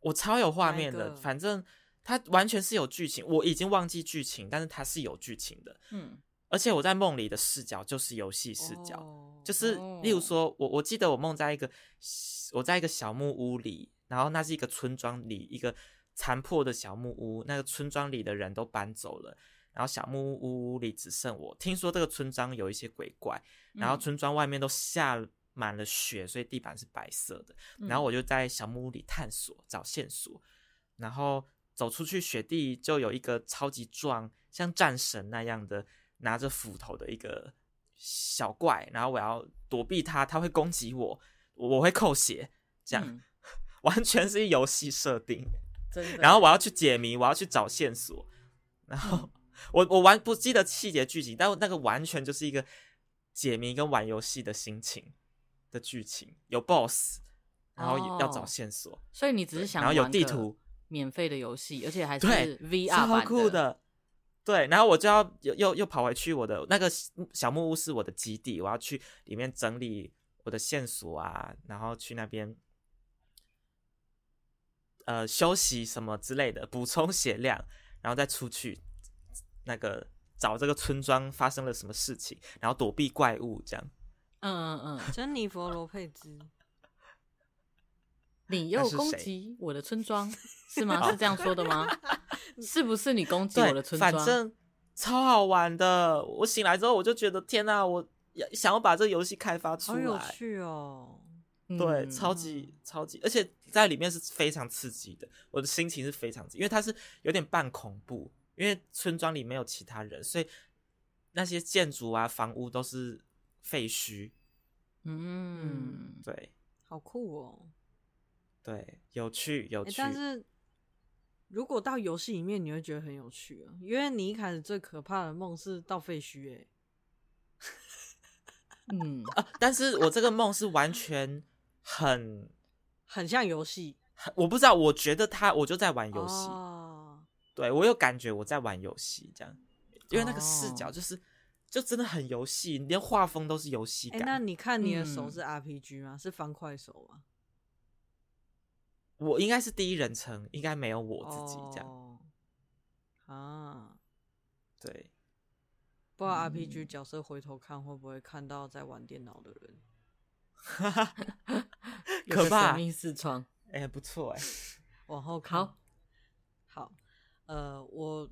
[SPEAKER 1] 我超有画
[SPEAKER 3] 哪一
[SPEAKER 1] 面的，
[SPEAKER 3] 个
[SPEAKER 1] 反正它完全是有剧情，我已经忘记剧情，但是它是有剧情的，
[SPEAKER 2] 嗯，
[SPEAKER 1] 而且我在梦里的视角就是游戏视角。
[SPEAKER 3] 哦
[SPEAKER 1] 就是例如说，我我记得我梦在一个我在一个小木屋里，然后那是一个村庄里一个残破的小木屋，那个村庄里的人都搬走了，然后小木屋里只剩我。听说这个村庄有一些鬼怪，
[SPEAKER 2] 嗯
[SPEAKER 1] 然后村庄外面都下满了雪，所以地板是白色的。
[SPEAKER 2] 嗯
[SPEAKER 1] 然后我就在小木屋里探索找线索，然后走出去雪地就有一个超级壮，像战神那样的拿着斧头的一个小怪，然后我要躲避他，他会攻击我，我会扣血，这样、
[SPEAKER 2] 嗯
[SPEAKER 1] 完全是游戏设定。
[SPEAKER 2] 真的。
[SPEAKER 1] 然后我要去解谜，我要去找线索，然后 我我完不记得细节剧情，但那个完全就是一个解谜跟玩游戏的心情的剧情，有 BOSS，然后也要找
[SPEAKER 2] 哦
[SPEAKER 1] 线索。
[SPEAKER 2] 所以你只是想
[SPEAKER 1] 然后有地
[SPEAKER 2] 玩个
[SPEAKER 1] 图
[SPEAKER 2] 免费的游戏，而且还是
[SPEAKER 1] 对
[SPEAKER 2] VR
[SPEAKER 1] 超
[SPEAKER 2] 版
[SPEAKER 1] 酷。的。对，然后我就要又又又跑回去我的那个小木屋是我的基地，我要去里面整理我的线索啊，然后去那边呃休息什么之类的，补充血量，然后再出去那个找这个村庄发生了什么事情，然后躲避怪物这样。
[SPEAKER 2] 嗯 嗯嗯，
[SPEAKER 3] 珍妮佛罗佩兹，
[SPEAKER 2] 你又
[SPEAKER 1] 那是
[SPEAKER 2] 攻
[SPEAKER 1] 谁哦
[SPEAKER 2] 击我的村庄 是吗？是这样说的吗？是不是你攻击我的村庄？
[SPEAKER 1] 反正超好玩的。我醒来之后我就觉得天哪、我要想要把这个游戏开发出
[SPEAKER 3] 好
[SPEAKER 1] 来，
[SPEAKER 3] 有趣哦。
[SPEAKER 1] 对，
[SPEAKER 2] 嗯
[SPEAKER 1] 超级超级，而且在里面是非常刺激的，我的心情是非常刺激，因为它是有点半恐怖，因为村庄里没有其他人，所以那些建筑啊、房屋都是废墟。
[SPEAKER 2] 嗯，
[SPEAKER 1] 对
[SPEAKER 3] 好酷哦！
[SPEAKER 1] 对，有趣有
[SPEAKER 3] 哎、
[SPEAKER 1] 趣，
[SPEAKER 3] 但是如果到游戏里面，你会觉得很有趣啊，因为你一开始最可怕的梦是到废墟、哎，
[SPEAKER 2] 嗯，
[SPEAKER 1] 啊，但是我这个梦是完全很，
[SPEAKER 3] 很像游戏
[SPEAKER 1] 很我不知道，我觉得他我就在玩游戏，
[SPEAKER 3] 哦
[SPEAKER 1] 对我有感觉我在玩游戏这样，因为那个视
[SPEAKER 2] 哦
[SPEAKER 1] 角就是。就真的很游戏，连画风都是游戏
[SPEAKER 3] 哎、
[SPEAKER 1] 感。
[SPEAKER 3] 那你看你的手
[SPEAKER 2] 嗯
[SPEAKER 3] 是 RPG 吗？是方块手吗？
[SPEAKER 1] 我应该是第一人称，应该没有我自己这样。
[SPEAKER 3] 哦啊，
[SPEAKER 1] 对，
[SPEAKER 3] 不知道
[SPEAKER 2] 嗯
[SPEAKER 3] RPG 角色回头看会不会看到在玩电脑的人？
[SPEAKER 2] 有
[SPEAKER 1] 可
[SPEAKER 2] 个
[SPEAKER 1] 怕
[SPEAKER 2] 神秘四窗，
[SPEAKER 1] 哎、不错哎、
[SPEAKER 3] 往后看
[SPEAKER 2] 好，
[SPEAKER 3] 好，呃，我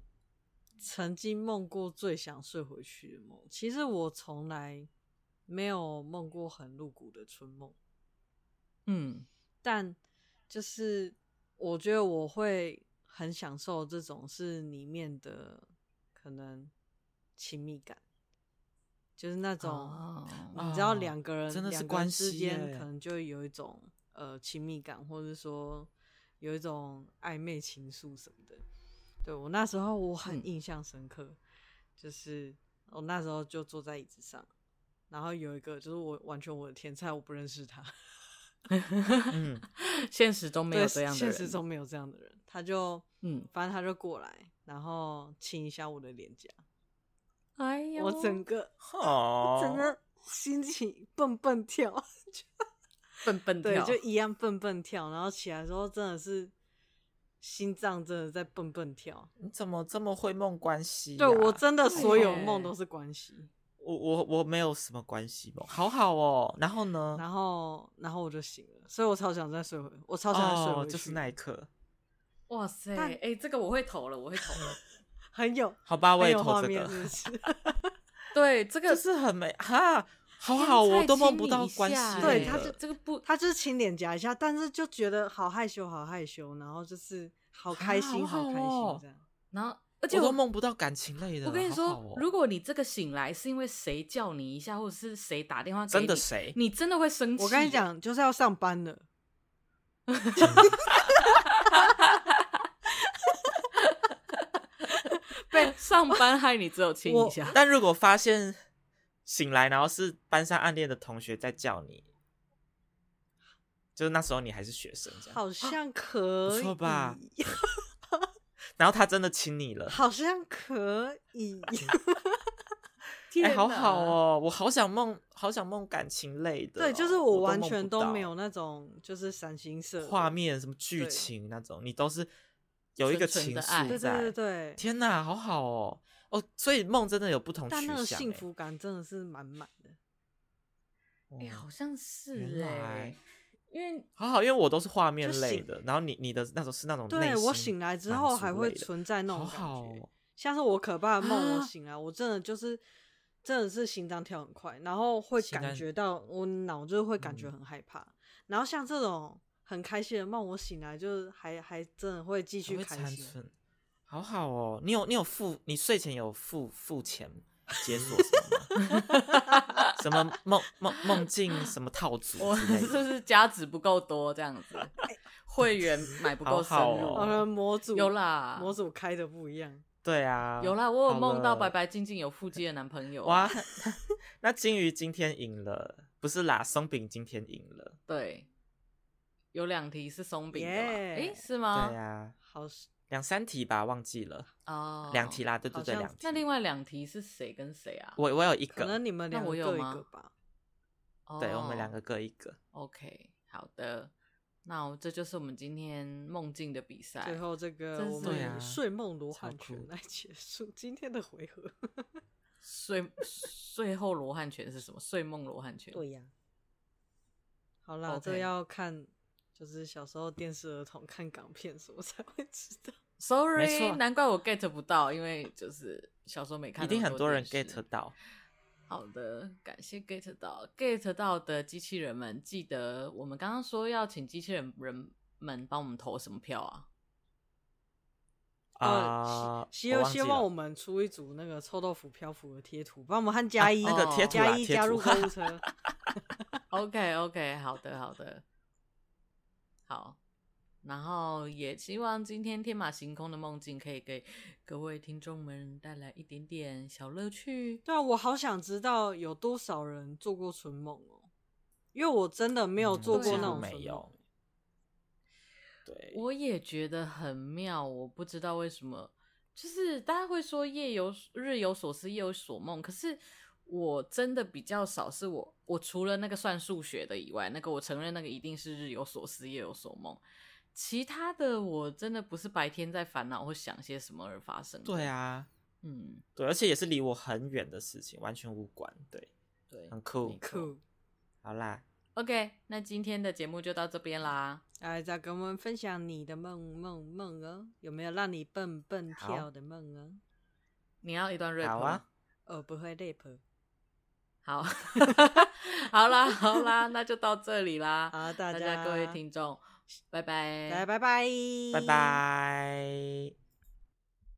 [SPEAKER 3] 曾经梦过最想睡回去的梦。其实我从来没有梦过很露骨的春梦，
[SPEAKER 2] 嗯，
[SPEAKER 3] 但就是我觉得我会很享受这种是里面的可能亲密感，就是那种、
[SPEAKER 2] 哦
[SPEAKER 3] 你知道
[SPEAKER 1] 哦
[SPEAKER 3] 两个人
[SPEAKER 1] 真的是
[SPEAKER 3] 两个人
[SPEAKER 1] 关
[SPEAKER 3] 之
[SPEAKER 1] 系
[SPEAKER 3] 间
[SPEAKER 1] 耶
[SPEAKER 3] 可能就会有一种呃亲密感，或者说有一种暧昧情愫什么的。对我那时候我很
[SPEAKER 2] 嗯
[SPEAKER 3] 印象深刻，就是我那时候就坐在椅子上，然后有一个就是我完全我的天菜，我不认识他，
[SPEAKER 1] 嗯，
[SPEAKER 2] 现实 中没有
[SPEAKER 3] 对
[SPEAKER 2] 这样的
[SPEAKER 3] 现
[SPEAKER 2] 人，
[SPEAKER 3] 实中没有这样的人，他就
[SPEAKER 2] 嗯
[SPEAKER 3] 反正他就过来，然后亲一下我的脸颊，
[SPEAKER 2] 哎呦，
[SPEAKER 3] 我整个
[SPEAKER 1] 哦，
[SPEAKER 3] 整个心情蹦蹦跳。
[SPEAKER 2] 笨笨
[SPEAKER 3] 对，
[SPEAKER 2] 跳，
[SPEAKER 3] 就一样蹦蹦跳，然后起来的时候真的是心脏真的在蹦蹦跳。
[SPEAKER 1] 你怎么这么会梦关系呀、
[SPEAKER 3] 对我真的所有
[SPEAKER 2] 对
[SPEAKER 3] 梦都是关系，
[SPEAKER 1] 我我我没有什么关系梦，好好哦。然后呢？
[SPEAKER 3] 然后然后我就醒了，所以我超想再睡回，我超想再睡回
[SPEAKER 1] 哦，
[SPEAKER 3] 去，
[SPEAKER 1] 就是那一刻，
[SPEAKER 2] 哇塞，
[SPEAKER 3] 但
[SPEAKER 2] 哎、这个我会投了，我会投 了。
[SPEAKER 3] 很有
[SPEAKER 1] 好吧，我
[SPEAKER 3] 很
[SPEAKER 1] 也
[SPEAKER 3] 有
[SPEAKER 1] 投
[SPEAKER 3] 画
[SPEAKER 1] 这
[SPEAKER 3] 面，
[SPEAKER 1] 个，
[SPEAKER 3] 是 不是？
[SPEAKER 2] 对，这
[SPEAKER 1] 就
[SPEAKER 2] 个
[SPEAKER 1] 是很美哈，好好
[SPEAKER 2] 天
[SPEAKER 1] 哦，
[SPEAKER 2] 菜
[SPEAKER 1] 我都梦
[SPEAKER 2] 亲
[SPEAKER 1] 不
[SPEAKER 2] 你
[SPEAKER 1] 到
[SPEAKER 2] 一
[SPEAKER 1] 关系
[SPEAKER 2] 下
[SPEAKER 1] 了。
[SPEAKER 2] 哎
[SPEAKER 3] 对他就
[SPEAKER 2] 这个不，
[SPEAKER 3] 他就是亲脸颊一下，但是就觉得好害羞，好害羞，然后就是好开心，
[SPEAKER 1] 啊好
[SPEAKER 3] 好
[SPEAKER 1] 好
[SPEAKER 3] 开
[SPEAKER 1] 哦
[SPEAKER 3] 心这样。
[SPEAKER 2] 然后而且
[SPEAKER 1] 我
[SPEAKER 2] 我
[SPEAKER 1] 都梦不到感情类的。
[SPEAKER 2] 我跟你
[SPEAKER 1] 好
[SPEAKER 2] 说，
[SPEAKER 1] 好哦
[SPEAKER 2] 如果你这个醒来是因为谁叫你一下，或者是谁打电话给你，
[SPEAKER 1] 真的谁
[SPEAKER 2] 你真的会生气。
[SPEAKER 3] 我跟你，讲，就是要上班了，
[SPEAKER 1] 哦
[SPEAKER 2] 被上班害你只有亲一
[SPEAKER 3] 我
[SPEAKER 2] 下，
[SPEAKER 1] 哦但如果发现醒来，然后是班上暗恋的同学在叫你，就是那时候你还是学生这样，
[SPEAKER 3] 好像可
[SPEAKER 1] 不
[SPEAKER 3] 以，
[SPEAKER 1] 错吧然后他真的亲你了，
[SPEAKER 3] 好像可 以。
[SPEAKER 1] 哎、
[SPEAKER 2] 天
[SPEAKER 1] 好
[SPEAKER 2] 哪
[SPEAKER 1] 好。哦，我好想梦，好想梦感情类的哦、
[SPEAKER 3] 对，就是
[SPEAKER 1] 我
[SPEAKER 3] 完
[SPEAKER 1] 梦
[SPEAKER 3] 全
[SPEAKER 1] 不
[SPEAKER 3] 都
[SPEAKER 1] 到
[SPEAKER 3] 没有那种就是闪形色
[SPEAKER 1] 画，面、什么剧
[SPEAKER 3] 对
[SPEAKER 1] 情那种，你都是有一个
[SPEAKER 2] 纯纯
[SPEAKER 1] 情
[SPEAKER 2] 的
[SPEAKER 1] 愫
[SPEAKER 2] 爱
[SPEAKER 3] 对
[SPEAKER 1] 在。
[SPEAKER 3] 对对对，
[SPEAKER 1] 天哪，好好哦，哦，所以梦真的有不同取向、
[SPEAKER 3] 但
[SPEAKER 1] 欸。
[SPEAKER 3] 那个幸福感真的是满满的。
[SPEAKER 2] 哎、
[SPEAKER 1] 哦
[SPEAKER 2] 好像是
[SPEAKER 1] 原
[SPEAKER 2] 哎、
[SPEAKER 1] 来
[SPEAKER 2] 因为
[SPEAKER 1] 好好，因为我都是画面
[SPEAKER 3] 就
[SPEAKER 1] 类
[SPEAKER 3] 醒
[SPEAKER 1] 的，然后你你的那种是那种内
[SPEAKER 3] 对我
[SPEAKER 1] 心
[SPEAKER 3] 醒来之
[SPEAKER 1] 满
[SPEAKER 3] 后
[SPEAKER 1] 足
[SPEAKER 3] 还
[SPEAKER 1] 类
[SPEAKER 3] 会
[SPEAKER 1] 的
[SPEAKER 3] 存在那种
[SPEAKER 1] 好
[SPEAKER 3] 感觉，
[SPEAKER 1] 好哦
[SPEAKER 3] 像是我可怕的梦，我
[SPEAKER 1] 啊
[SPEAKER 3] 醒来我真的就是真的是心脏跳很快，然后会
[SPEAKER 1] 心
[SPEAKER 3] 感
[SPEAKER 1] 脏
[SPEAKER 3] 觉到我脑就会感觉
[SPEAKER 1] 嗯
[SPEAKER 3] 很害怕，然后像这种很开心的梦，我醒来就是还还真的会继
[SPEAKER 1] 还
[SPEAKER 3] 续
[SPEAKER 1] 会
[SPEAKER 3] 开
[SPEAKER 1] 残
[SPEAKER 3] 心。
[SPEAKER 1] 存，好好哦。你有你有付，你睡前有付付钱解锁什么吗？ 什么梦梦梦境什么套组
[SPEAKER 2] 我
[SPEAKER 1] 之
[SPEAKER 2] 是
[SPEAKER 1] 类
[SPEAKER 2] 不
[SPEAKER 1] 的？
[SPEAKER 2] 是加值不够多这样子？ 会员买不够深
[SPEAKER 1] 哎好好
[SPEAKER 2] 入。
[SPEAKER 1] 哦
[SPEAKER 3] 好了，模组
[SPEAKER 2] 有啦
[SPEAKER 3] 模组开的不一样。
[SPEAKER 1] 对啊，
[SPEAKER 2] 有啦，我有
[SPEAKER 1] 好
[SPEAKER 2] 梦到
[SPEAKER 1] 了
[SPEAKER 2] 白白净净有腹肌的男朋友。啊
[SPEAKER 1] 哇！ 那金鱼今天赢了，不是啦，松饼今天赢了。
[SPEAKER 2] 对，有两题是松饼的嘛？
[SPEAKER 3] 耶
[SPEAKER 2] 诶，是吗？
[SPEAKER 1] 对啊呀、
[SPEAKER 3] 好是
[SPEAKER 1] 两三题吧，忘记了，
[SPEAKER 2] 哦，
[SPEAKER 1] 两题啦，对
[SPEAKER 3] 好
[SPEAKER 1] 对对，
[SPEAKER 3] 像
[SPEAKER 1] 两题。
[SPEAKER 2] 那另外两题是谁跟谁啊？
[SPEAKER 1] 我我有一
[SPEAKER 3] 可
[SPEAKER 1] 个，
[SPEAKER 3] 能你们
[SPEAKER 2] 那
[SPEAKER 3] 两
[SPEAKER 2] 我
[SPEAKER 3] 个一
[SPEAKER 2] 有吗
[SPEAKER 3] 个吧。
[SPEAKER 1] 对我们两个
[SPEAKER 2] 哦。
[SPEAKER 1] 各一个。
[SPEAKER 2] OK，好的，那我这就是我们今天梦境的比赛。
[SPEAKER 3] 最后这个
[SPEAKER 2] 真
[SPEAKER 3] 我
[SPEAKER 2] 是对
[SPEAKER 3] 们
[SPEAKER 1] 啊
[SPEAKER 3] 以睡梦罗汉
[SPEAKER 1] 超
[SPEAKER 3] 拳
[SPEAKER 1] 酷
[SPEAKER 3] 来结束今天的回合。
[SPEAKER 2] 睡睡后罗汉拳是什么？睡梦罗汉拳。
[SPEAKER 3] 呀、 好啦
[SPEAKER 2] OK
[SPEAKER 3] 这要看就是小时候电视儿童看港片什么才会知道。
[SPEAKER 1] 没
[SPEAKER 2] ，Sorry，
[SPEAKER 1] 错
[SPEAKER 2] 难怪我 get 不到，因为就是小时候没看
[SPEAKER 1] 一
[SPEAKER 2] 那么电视。
[SPEAKER 1] 定很多人 get 到。
[SPEAKER 2] 好的，感谢 get 到 get 到的机器人们，记得我们刚刚说要请机器人人们帮我们投什么票啊？
[SPEAKER 1] 啊
[SPEAKER 3] 呃，希希望希望我
[SPEAKER 1] 们
[SPEAKER 3] 们出一组那个臭豆腐漂浮的贴图，帮我们和加一、
[SPEAKER 2] 那个贴图
[SPEAKER 1] 啦
[SPEAKER 3] 加一
[SPEAKER 1] 啊贴图
[SPEAKER 3] 加入购物 车。
[SPEAKER 2] OK OK，好 的好的，好。然后也希望今天天马行空的梦境可以给各位听众们带来一点点小乐趣。
[SPEAKER 3] 对啊，我好想知道有多少人做过春梦哦，因为我真的没有
[SPEAKER 1] 嗯
[SPEAKER 3] 做
[SPEAKER 2] 对
[SPEAKER 3] 过
[SPEAKER 2] 啊
[SPEAKER 3] 那种
[SPEAKER 1] 没
[SPEAKER 3] 春梦。
[SPEAKER 1] 有对，
[SPEAKER 2] 我也觉得很妙，我不知道为什么，就是大家会说夜有日有所思，夜有所梦，可是我真的比较少，是我我除了那个算数学的以外，那个我承认那个一定是日有所思，夜有所梦，其他的我真的不是白天在烦恼或想些什么而发生。
[SPEAKER 1] 对，啊，
[SPEAKER 2] 嗯，
[SPEAKER 1] 对，而且也是离我很远的事情，完全无关。对，
[SPEAKER 2] 对，
[SPEAKER 1] 很酷
[SPEAKER 2] 没错
[SPEAKER 3] 酷，
[SPEAKER 1] 好啦，
[SPEAKER 2] OK，那今天的节目就到这边啦。
[SPEAKER 3] 来，再跟我们分享你的梦梦梦哦，有没有让你蹦蹦
[SPEAKER 1] 好
[SPEAKER 3] 跳的梦哦？
[SPEAKER 2] 你要一段 rap
[SPEAKER 1] 好
[SPEAKER 2] 吗
[SPEAKER 1] 啊，
[SPEAKER 3] 哦，不会 rap。
[SPEAKER 2] 好， 好啦，好啦，那就到这里啦。
[SPEAKER 3] 好，大
[SPEAKER 2] 大家各位听众，拜拜，
[SPEAKER 3] 来，拜拜，
[SPEAKER 1] 拜。拜。